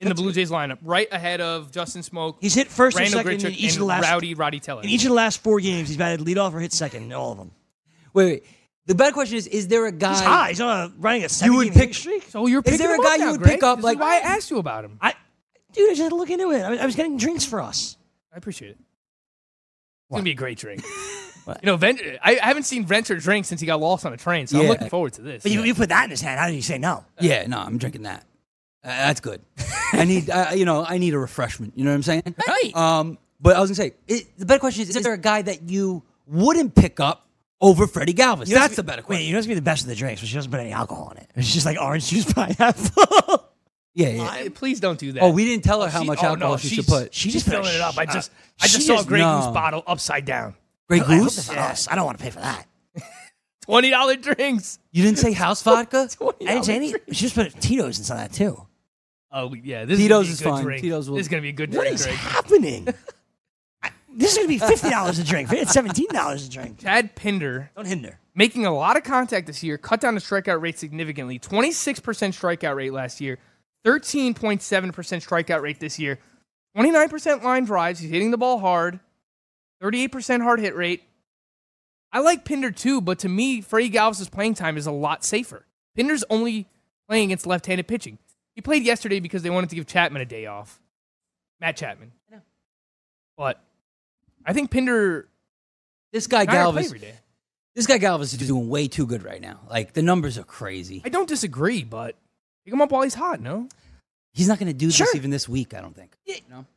[SPEAKER 6] in the Blue Jays lineup, right ahead of Justin Smoke.
[SPEAKER 4] He's hit first and
[SPEAKER 6] Randall
[SPEAKER 4] second in
[SPEAKER 6] Grichuk,
[SPEAKER 4] each of
[SPEAKER 6] and
[SPEAKER 4] the last
[SPEAKER 6] Rowdy Roddy Teller.
[SPEAKER 4] in each of the last four games. He's batted lead off or hit second in all of them.
[SPEAKER 5] Wait, wait. The better question is: Is there a guy?
[SPEAKER 4] He's high. He's on a, running a seven
[SPEAKER 5] You would
[SPEAKER 4] game
[SPEAKER 5] pick-
[SPEAKER 4] pick streak.
[SPEAKER 6] So you're
[SPEAKER 5] Is
[SPEAKER 6] picking
[SPEAKER 5] there a
[SPEAKER 6] him
[SPEAKER 5] guy
[SPEAKER 6] up
[SPEAKER 5] you
[SPEAKER 6] now,
[SPEAKER 5] would
[SPEAKER 6] Greg.
[SPEAKER 5] pick up,
[SPEAKER 6] This is
[SPEAKER 5] like-
[SPEAKER 6] why I asked you about him.
[SPEAKER 4] I, dude, I just had to look into it. I was, I was getting drinks for us.
[SPEAKER 6] I appreciate it. It's gonna be a great drink. you know, Vent, I, I haven't seen Venter drink since he got lost on a train, so I'm
[SPEAKER 5] Yeah.
[SPEAKER 6] looking forward to this.
[SPEAKER 4] But you, you put that in his hand. How do you say no?
[SPEAKER 5] Yeah, no, I'm drinking that. Uh, that's good. I need, uh, you know, I need a refreshment. You know what I'm saying?
[SPEAKER 6] Right.
[SPEAKER 5] Um, but I was gonna say, i the better question is: Is there a guy that you wouldn't pick up over Freddie Galvis?
[SPEAKER 4] You know what's
[SPEAKER 5] That's
[SPEAKER 4] gonna
[SPEAKER 5] the
[SPEAKER 4] be-
[SPEAKER 5] better
[SPEAKER 4] Wait,
[SPEAKER 5] question.
[SPEAKER 4] you know what's gonna be the best of the drinks, but she doesn't put any alcohol in it. It's just like orange juice pineapple.
[SPEAKER 5] yeah, yeah.
[SPEAKER 6] I- please don't do that.
[SPEAKER 5] Oh, we didn't tell her how
[SPEAKER 6] she-
[SPEAKER 5] much
[SPEAKER 6] oh, no,
[SPEAKER 5] alcohol she should
[SPEAKER 6] she's-
[SPEAKER 5] put.
[SPEAKER 4] she
[SPEAKER 6] She's
[SPEAKER 4] just put a
[SPEAKER 6] filling it up. I
[SPEAKER 4] shot.
[SPEAKER 6] just, I
[SPEAKER 4] She
[SPEAKER 6] just saw a
[SPEAKER 4] just-
[SPEAKER 6] Grey
[SPEAKER 5] no.
[SPEAKER 6] Goose bottle upside down.
[SPEAKER 5] Great
[SPEAKER 4] I hope it's
[SPEAKER 5] Goose.
[SPEAKER 4] not us. I don't want to pay for that.
[SPEAKER 6] Twenty dollar drinks.
[SPEAKER 5] You didn't say house vodka.
[SPEAKER 4] I didn't say any. She just put Tito's inside that too.
[SPEAKER 6] Oh yeah, this
[SPEAKER 5] Tito's
[SPEAKER 6] is,
[SPEAKER 5] is
[SPEAKER 6] gonna be a good
[SPEAKER 5] fine.
[SPEAKER 6] Drink.
[SPEAKER 5] Tito's will-
[SPEAKER 6] This is gonna be a good
[SPEAKER 4] What
[SPEAKER 6] drink.
[SPEAKER 4] is
[SPEAKER 6] Greg.
[SPEAKER 4] happening? I- this is gonna be fifty dollars a drink. It's seventeen dollars a drink.
[SPEAKER 6] Chad Pinder
[SPEAKER 4] Don't hinder.
[SPEAKER 6] making a lot of contact this year, cut down the strikeout rate significantly. 26% strikeout rate last year, 13.7% strikeout rate this year, 29% line drives. He's hitting the ball hard, 38% hard hit rate. I like Pinder too, but to me, Freddie Galvis' playing time is a lot safer. Pinder's only playing against left handed pitching. He played yesterday because they wanted to give Chapman a day off. Matt Chapman. But I think Pinder.
[SPEAKER 5] This guy
[SPEAKER 6] Not gonna play
[SPEAKER 5] Galvis.
[SPEAKER 6] every day.
[SPEAKER 5] This guy Galvis is doing way too good right now. Like the numbers are crazy.
[SPEAKER 6] I don't disagree, but pick him up while he's hot. No,
[SPEAKER 5] He's not going to do
[SPEAKER 4] Sure.
[SPEAKER 5] this even this week. I don't think.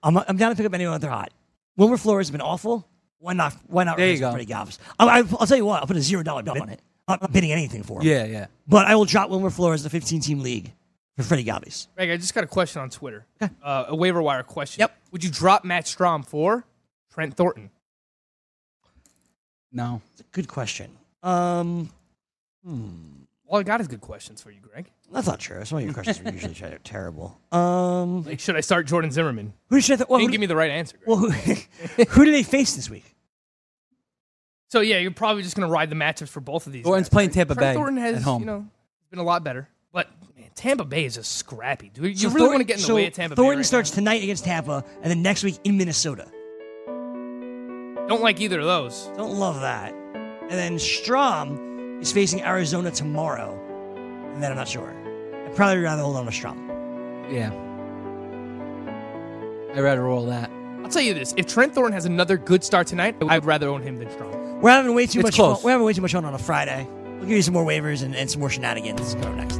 [SPEAKER 4] I'm, I'm down to pick up anyone they're hot. Wilmer Flores has been awful. Why not? Why not?
[SPEAKER 5] There you
[SPEAKER 4] raise him
[SPEAKER 5] go.
[SPEAKER 4] Freddie Galvis. I, I, I'll tell you what. I'll put a zero dollar bet on it. I'm not bidding anything for him.
[SPEAKER 5] Yeah, yeah.
[SPEAKER 4] But I will drop Wilmer Flores in the 15 team league for Freddie Galvis.
[SPEAKER 6] Greg, I just got a question on Twitter. Uh, a waiver wire question. Yep. Would you drop Matt Strom for Trent Thornton?
[SPEAKER 5] No.
[SPEAKER 4] Good question. Um,
[SPEAKER 6] All I got is good questions for you, Greg.
[SPEAKER 4] that's not true. Some of your questions are usually ter- terrible. Um,
[SPEAKER 6] Like, should I start Jordan Zimmerman?
[SPEAKER 4] who should I th- well,
[SPEAKER 6] You
[SPEAKER 4] who,
[SPEAKER 6] didn't give me the right answer. Greg.
[SPEAKER 4] well, who, who do they face this week?
[SPEAKER 6] so yeah, you're probably just gonna ride the matchups for both of these.
[SPEAKER 5] Thornton's
[SPEAKER 6] guys,
[SPEAKER 5] playing
[SPEAKER 6] right?
[SPEAKER 5] Tampa
[SPEAKER 6] Trent
[SPEAKER 5] Bay
[SPEAKER 6] Thornton has
[SPEAKER 5] at home.
[SPEAKER 6] you know been a lot better, but man, Tampa Bay is just scrappy. Do you
[SPEAKER 4] So
[SPEAKER 6] really
[SPEAKER 4] Thornton-
[SPEAKER 6] want to get in the
[SPEAKER 4] so
[SPEAKER 6] way of Tampa
[SPEAKER 4] Thornton
[SPEAKER 6] Bay? right
[SPEAKER 4] starts tonight against Tampa, and then next week in Minnesota.
[SPEAKER 6] now? Don't like either of those.
[SPEAKER 4] Don't love that. And then Strom is facing Arizona tomorrow, and then I'm not sure. I'd probably rather hold on to Strom.
[SPEAKER 5] Yeah. I'd rather roll that.
[SPEAKER 6] I'll tell you this: if Trent Thornton has another good start tonight, I'd rather own him than Strom.
[SPEAKER 4] We're having way too
[SPEAKER 5] It's
[SPEAKER 4] much.
[SPEAKER 5] close.
[SPEAKER 4] Fun. We're having way too much fun on a Friday. We'll give you some more waivers and, and some more shenanigans coming up next.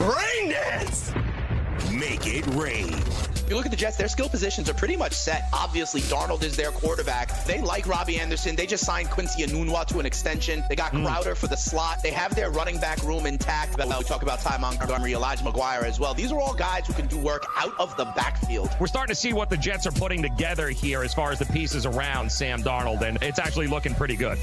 [SPEAKER 2] Brain dance!
[SPEAKER 3] Make it rain.
[SPEAKER 10] If you look at the Jets, their skill positions are pretty much set. Obviously, Darnold is their quarterback. They like Robbie Anderson. They just signed Quincy Anunwa to an extension. They got
[SPEAKER 11] Hmm.
[SPEAKER 10] Crowder for the slot. They have their running back room intact. Well, we talk about Ty Montgomery, Elijah McGuire as well. These are all guys who can do work out of the backfield.
[SPEAKER 12] We're starting to see what the Jets are putting together here as far as the pieces around Sam Darnold, and it's actually looking pretty good.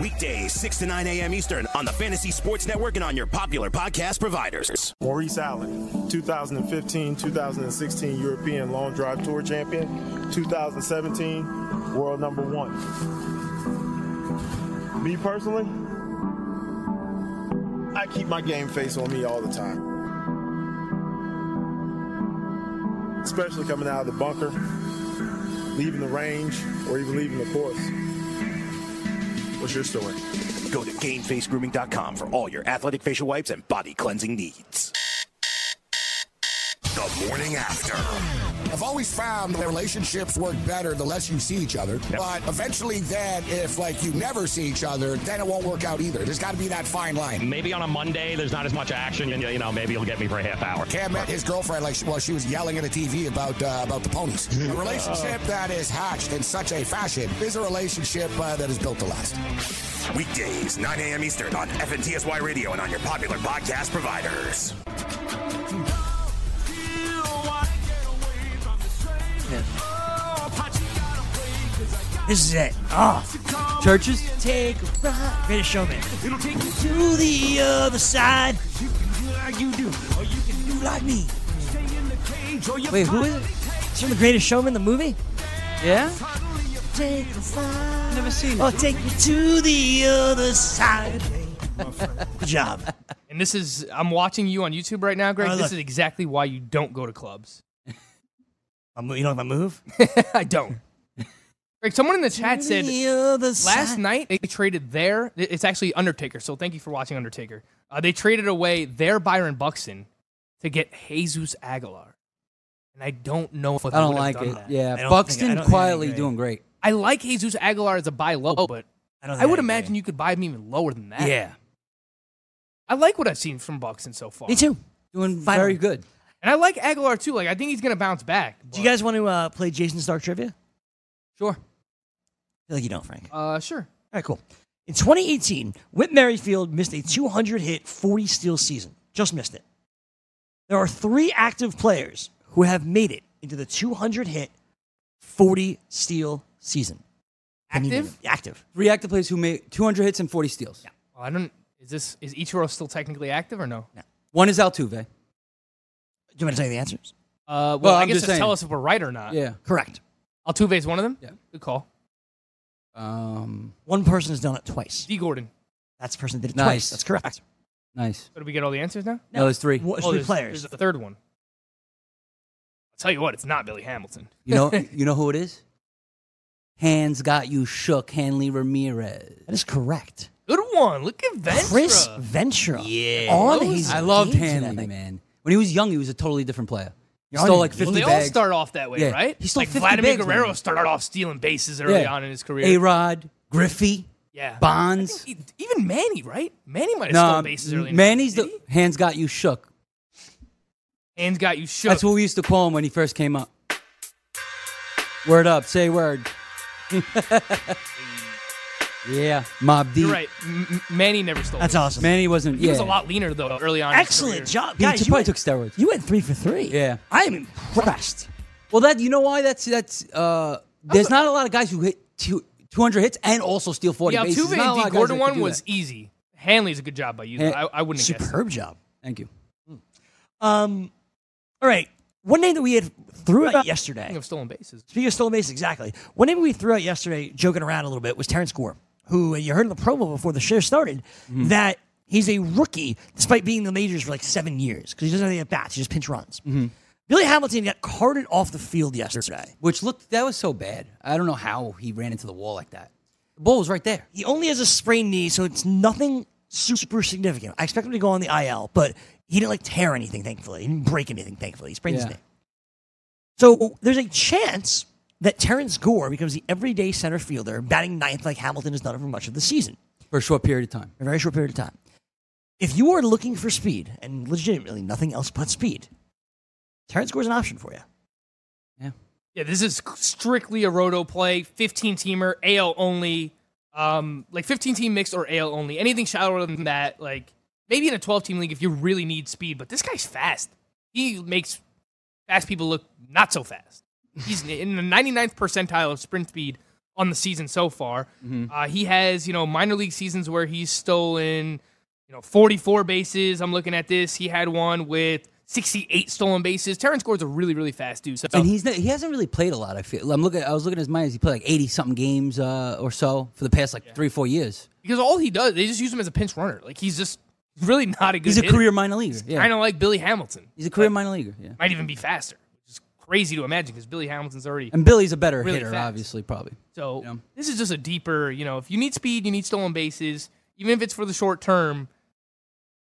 [SPEAKER 3] Weekdays, 6 to 9 a.m. Eastern on the Fantasy Sports Network and on your popular podcast providers.
[SPEAKER 11] Maurice Allen, 2015 2016 European Long Drive Tour Champion, 2017 World Number One. Me personally, I keep my game face on me all the time. Especially coming out of the bunker, leaving the range, or even leaving the course. What's your story?
[SPEAKER 3] Go to GameFaceGrooming.com for all your athletic facial wipes and body cleansing needs.
[SPEAKER 13] The morning after.
[SPEAKER 7] I've always found that relationships work better the less you see each other. But eventually, then, if like you never see each other, then it won't work out either. There's got to be that fine line.
[SPEAKER 12] Maybe on a Monday, there's not as much action, and you know, maybe you'll get me for a half hour.
[SPEAKER 7] Cam met his girlfriend like well she was yelling at a TV about uh, about the ponies. A relationship that is hatched in such a fashion is a relationship uh, that is built to last.
[SPEAKER 3] Weekdays, 9 a.m. Eastern on FNTSY Radio and on your popular podcast providers.
[SPEAKER 2] Yeah.
[SPEAKER 4] This is it. Oh. Churches? Take a ride. Greatest showman. It'll take you to the other side. You can do like you do, or you can do like me. Wait, who is it? It's from The Greatest Showman, the movie? Yeah? Take a ride. Never seen it. I'll take you to the other side. Good job.
[SPEAKER 6] And this is, I'm watching you on YouTube right now, Greg.
[SPEAKER 4] Oh,
[SPEAKER 6] this
[SPEAKER 4] look.
[SPEAKER 6] is exactly why you don't go to clubs.
[SPEAKER 4] I'm, you know if I move?
[SPEAKER 6] I don't. Greg, someone in the chat said last night they traded their, it's actually Undertaker, so thank you for watching Undertaker. Uh, they traded away their Byron Buxton to get Jesus Aguilar. And I don't know if
[SPEAKER 5] I don't like it. Yeah, Buxton quietly doing great.
[SPEAKER 6] I like Jesus Aguilar as a buy low, but I,
[SPEAKER 4] Oh,
[SPEAKER 5] think
[SPEAKER 6] would
[SPEAKER 5] I
[SPEAKER 6] imagine you could buy him even lower than that.
[SPEAKER 5] Yeah.
[SPEAKER 6] I like what I've seen from Buxton so far.
[SPEAKER 4] Me too.
[SPEAKER 5] Doing
[SPEAKER 4] Finally.
[SPEAKER 5] very good.
[SPEAKER 6] And I like Aguilar too. Like I think he's gonna bounce back.
[SPEAKER 4] Do you guys want to uh, play Jason Stark trivia?
[SPEAKER 5] Sure.
[SPEAKER 4] I feel like you don't, Frank.
[SPEAKER 6] Uh, sure.
[SPEAKER 4] All right, cool. In 2018, Whit Merrifield missed a 200 hit, 40 steal season. Just missed it. There are three active players who have made it into the 200 hit, 40 steal season. Can you name
[SPEAKER 6] Active?
[SPEAKER 4] them? Active.
[SPEAKER 5] Three active players who made 200 hits and 40 steals.
[SPEAKER 6] Well, I don't. Is this is Ichiro still technically active or no?
[SPEAKER 5] One is Altuve.
[SPEAKER 4] Do you want to tell you the answers?
[SPEAKER 6] Uh, well,
[SPEAKER 5] Uh, Well,
[SPEAKER 6] I
[SPEAKER 5] I'm
[SPEAKER 6] guess
[SPEAKER 5] just
[SPEAKER 6] just tell
[SPEAKER 5] saying.
[SPEAKER 6] us if we're right or not.
[SPEAKER 5] Yeah.
[SPEAKER 4] Correct.
[SPEAKER 6] Altuve is one of them. Yeah. Good call.
[SPEAKER 5] Um,
[SPEAKER 4] One person has done it twice.
[SPEAKER 6] D Gordon.
[SPEAKER 4] That's the person that did it
[SPEAKER 5] Nice.
[SPEAKER 4] twice. That's correct.
[SPEAKER 5] Nice.
[SPEAKER 6] So did we get all the answers now?
[SPEAKER 5] No, there's three.
[SPEAKER 4] Well, it's
[SPEAKER 6] Oh,
[SPEAKER 4] three
[SPEAKER 6] there's,
[SPEAKER 4] players.
[SPEAKER 6] There's a third one. I'll tell you what. It's not Billy Hamilton.
[SPEAKER 5] You know, you know who it is? Hands got you shook, Hanley Ramirez.
[SPEAKER 4] That is correct.
[SPEAKER 6] Good one. Look at Ventura.
[SPEAKER 4] Chris Ventura.
[SPEAKER 5] Yeah.
[SPEAKER 6] Oh,
[SPEAKER 4] On his
[SPEAKER 5] I loved
[SPEAKER 4] game tonight.
[SPEAKER 5] Hanley, man. When he was young, he was a totally different player. He
[SPEAKER 4] Young.
[SPEAKER 5] stole like 50
[SPEAKER 6] Well, they all
[SPEAKER 5] bags.
[SPEAKER 6] start off that way,
[SPEAKER 5] Yeah.
[SPEAKER 6] right?
[SPEAKER 5] He stole
[SPEAKER 6] like
[SPEAKER 5] 50
[SPEAKER 6] Vladimir
[SPEAKER 5] bags,
[SPEAKER 6] Guerrero
[SPEAKER 5] man.
[SPEAKER 6] started off stealing bases early on in his career.
[SPEAKER 5] A Rod, Griffey,
[SPEAKER 6] Yeah.
[SPEAKER 5] Bonds.
[SPEAKER 6] E- Even Manny, right? Manny might have
[SPEAKER 5] No,
[SPEAKER 6] stolen bases early. in-
[SPEAKER 5] Manny's the hands got you shook.
[SPEAKER 6] Hands got you shook.
[SPEAKER 5] That's what we used to call him when he first came up. Word up, say word. yeah, Mob D.
[SPEAKER 6] You're right. M- M- Manny never stole.
[SPEAKER 5] That's
[SPEAKER 6] bases.
[SPEAKER 5] awesome. Manny wasn't-
[SPEAKER 6] He was a
[SPEAKER 5] yeah.
[SPEAKER 6] lot leaner though early on. in his career.
[SPEAKER 4] Excellent job.
[SPEAKER 5] He
[SPEAKER 4] Guys, you
[SPEAKER 5] probably
[SPEAKER 4] went,
[SPEAKER 5] took steroids.
[SPEAKER 4] you went three for three.
[SPEAKER 5] Yeah.
[SPEAKER 4] I am impressed.
[SPEAKER 5] Well, that you know why that's that's uh, there's not a lot of guys who hit two, 200 hits and also steal 40
[SPEAKER 6] The
[SPEAKER 5] bases.
[SPEAKER 6] Altuve
[SPEAKER 5] Not
[SPEAKER 6] and
[SPEAKER 5] a lot of
[SPEAKER 6] D.
[SPEAKER 5] guys that
[SPEAKER 6] Gordon
[SPEAKER 5] could
[SPEAKER 6] one
[SPEAKER 5] do
[SPEAKER 6] was
[SPEAKER 5] that.
[SPEAKER 6] easy. Hanley's a good job by you. though.
[SPEAKER 5] Eh,
[SPEAKER 6] I, I wouldn't have guessed.
[SPEAKER 4] Superb job.
[SPEAKER 5] Thank you.
[SPEAKER 4] Um, all right. One name that we had threw out yesterday.
[SPEAKER 6] Speaking of stolen bases,
[SPEAKER 4] Speaking of stolen bases, exactly. One name we threw out yesterday, joking around a little bit, was Terrence Gore, who uh, you heard in the promo before the show started that he's a rookie despite being in the majors for like seven years because he doesn't have any at bats. He just pinch runs. Billy Hamilton got carted off the field yesterday.
[SPEAKER 5] Which looked that was so bad. I don't know how he ran into the wall like that. The ball was right there.
[SPEAKER 4] He only has a sprained knee, so it's nothing super significant. I expect him to go on the IL, but he didn't like tear anything, thankfully. He didn't break anything, thankfully. He sprained
[SPEAKER 5] Yeah.
[SPEAKER 4] his knee. So there's a chance that Terrence Gore becomes the everyday center fielder, batting ninth like Hamilton has done for much of the season,
[SPEAKER 5] For a short period of time.
[SPEAKER 4] a very short period of time. If you are looking for speed, and legitimately nothing else but speed, Terrence Gore's an option for you.
[SPEAKER 6] yeah, this is strictly a roto play. Fifteen teamer, AL only. Um, like fifteen team mixed or AL only. Anything shallower than that, like maybe in a twelve team league if you really need speed. But this guy's fast. He makes fast people look not so fast. He's in the 99th percentile of sprint speed on the season so far.
[SPEAKER 5] Mm-hmm.
[SPEAKER 6] Uh, he has, you know, minor league seasons where he's stolen, you know, 44 bases. I'm looking at this. He had one with 68 stolen bases. Terrence Gore's a really, really fast dude. So
[SPEAKER 5] And he's not, he hasn't really played a lot. I feel I'm looking. I was looking at his minors. He played like 80 something games uh, or so for the past like three four years.
[SPEAKER 6] because all he does, they just use him as a pinch runner. Like he's just really not a good.
[SPEAKER 5] He's a
[SPEAKER 6] hitter.
[SPEAKER 5] career minor leaguer. Yeah.
[SPEAKER 6] Kind of like Billy Hamilton.
[SPEAKER 5] He's a career minor leaguer. Yeah.
[SPEAKER 6] Might even be faster. Which is crazy to imagine because Billy Hamilton's already
[SPEAKER 5] And Billy's a better
[SPEAKER 6] really
[SPEAKER 5] hitter,
[SPEAKER 6] fast.
[SPEAKER 5] obviously, probably.
[SPEAKER 6] So this is just a deeper, you know, if you need speed, you need stolen bases, even if it's for the short term.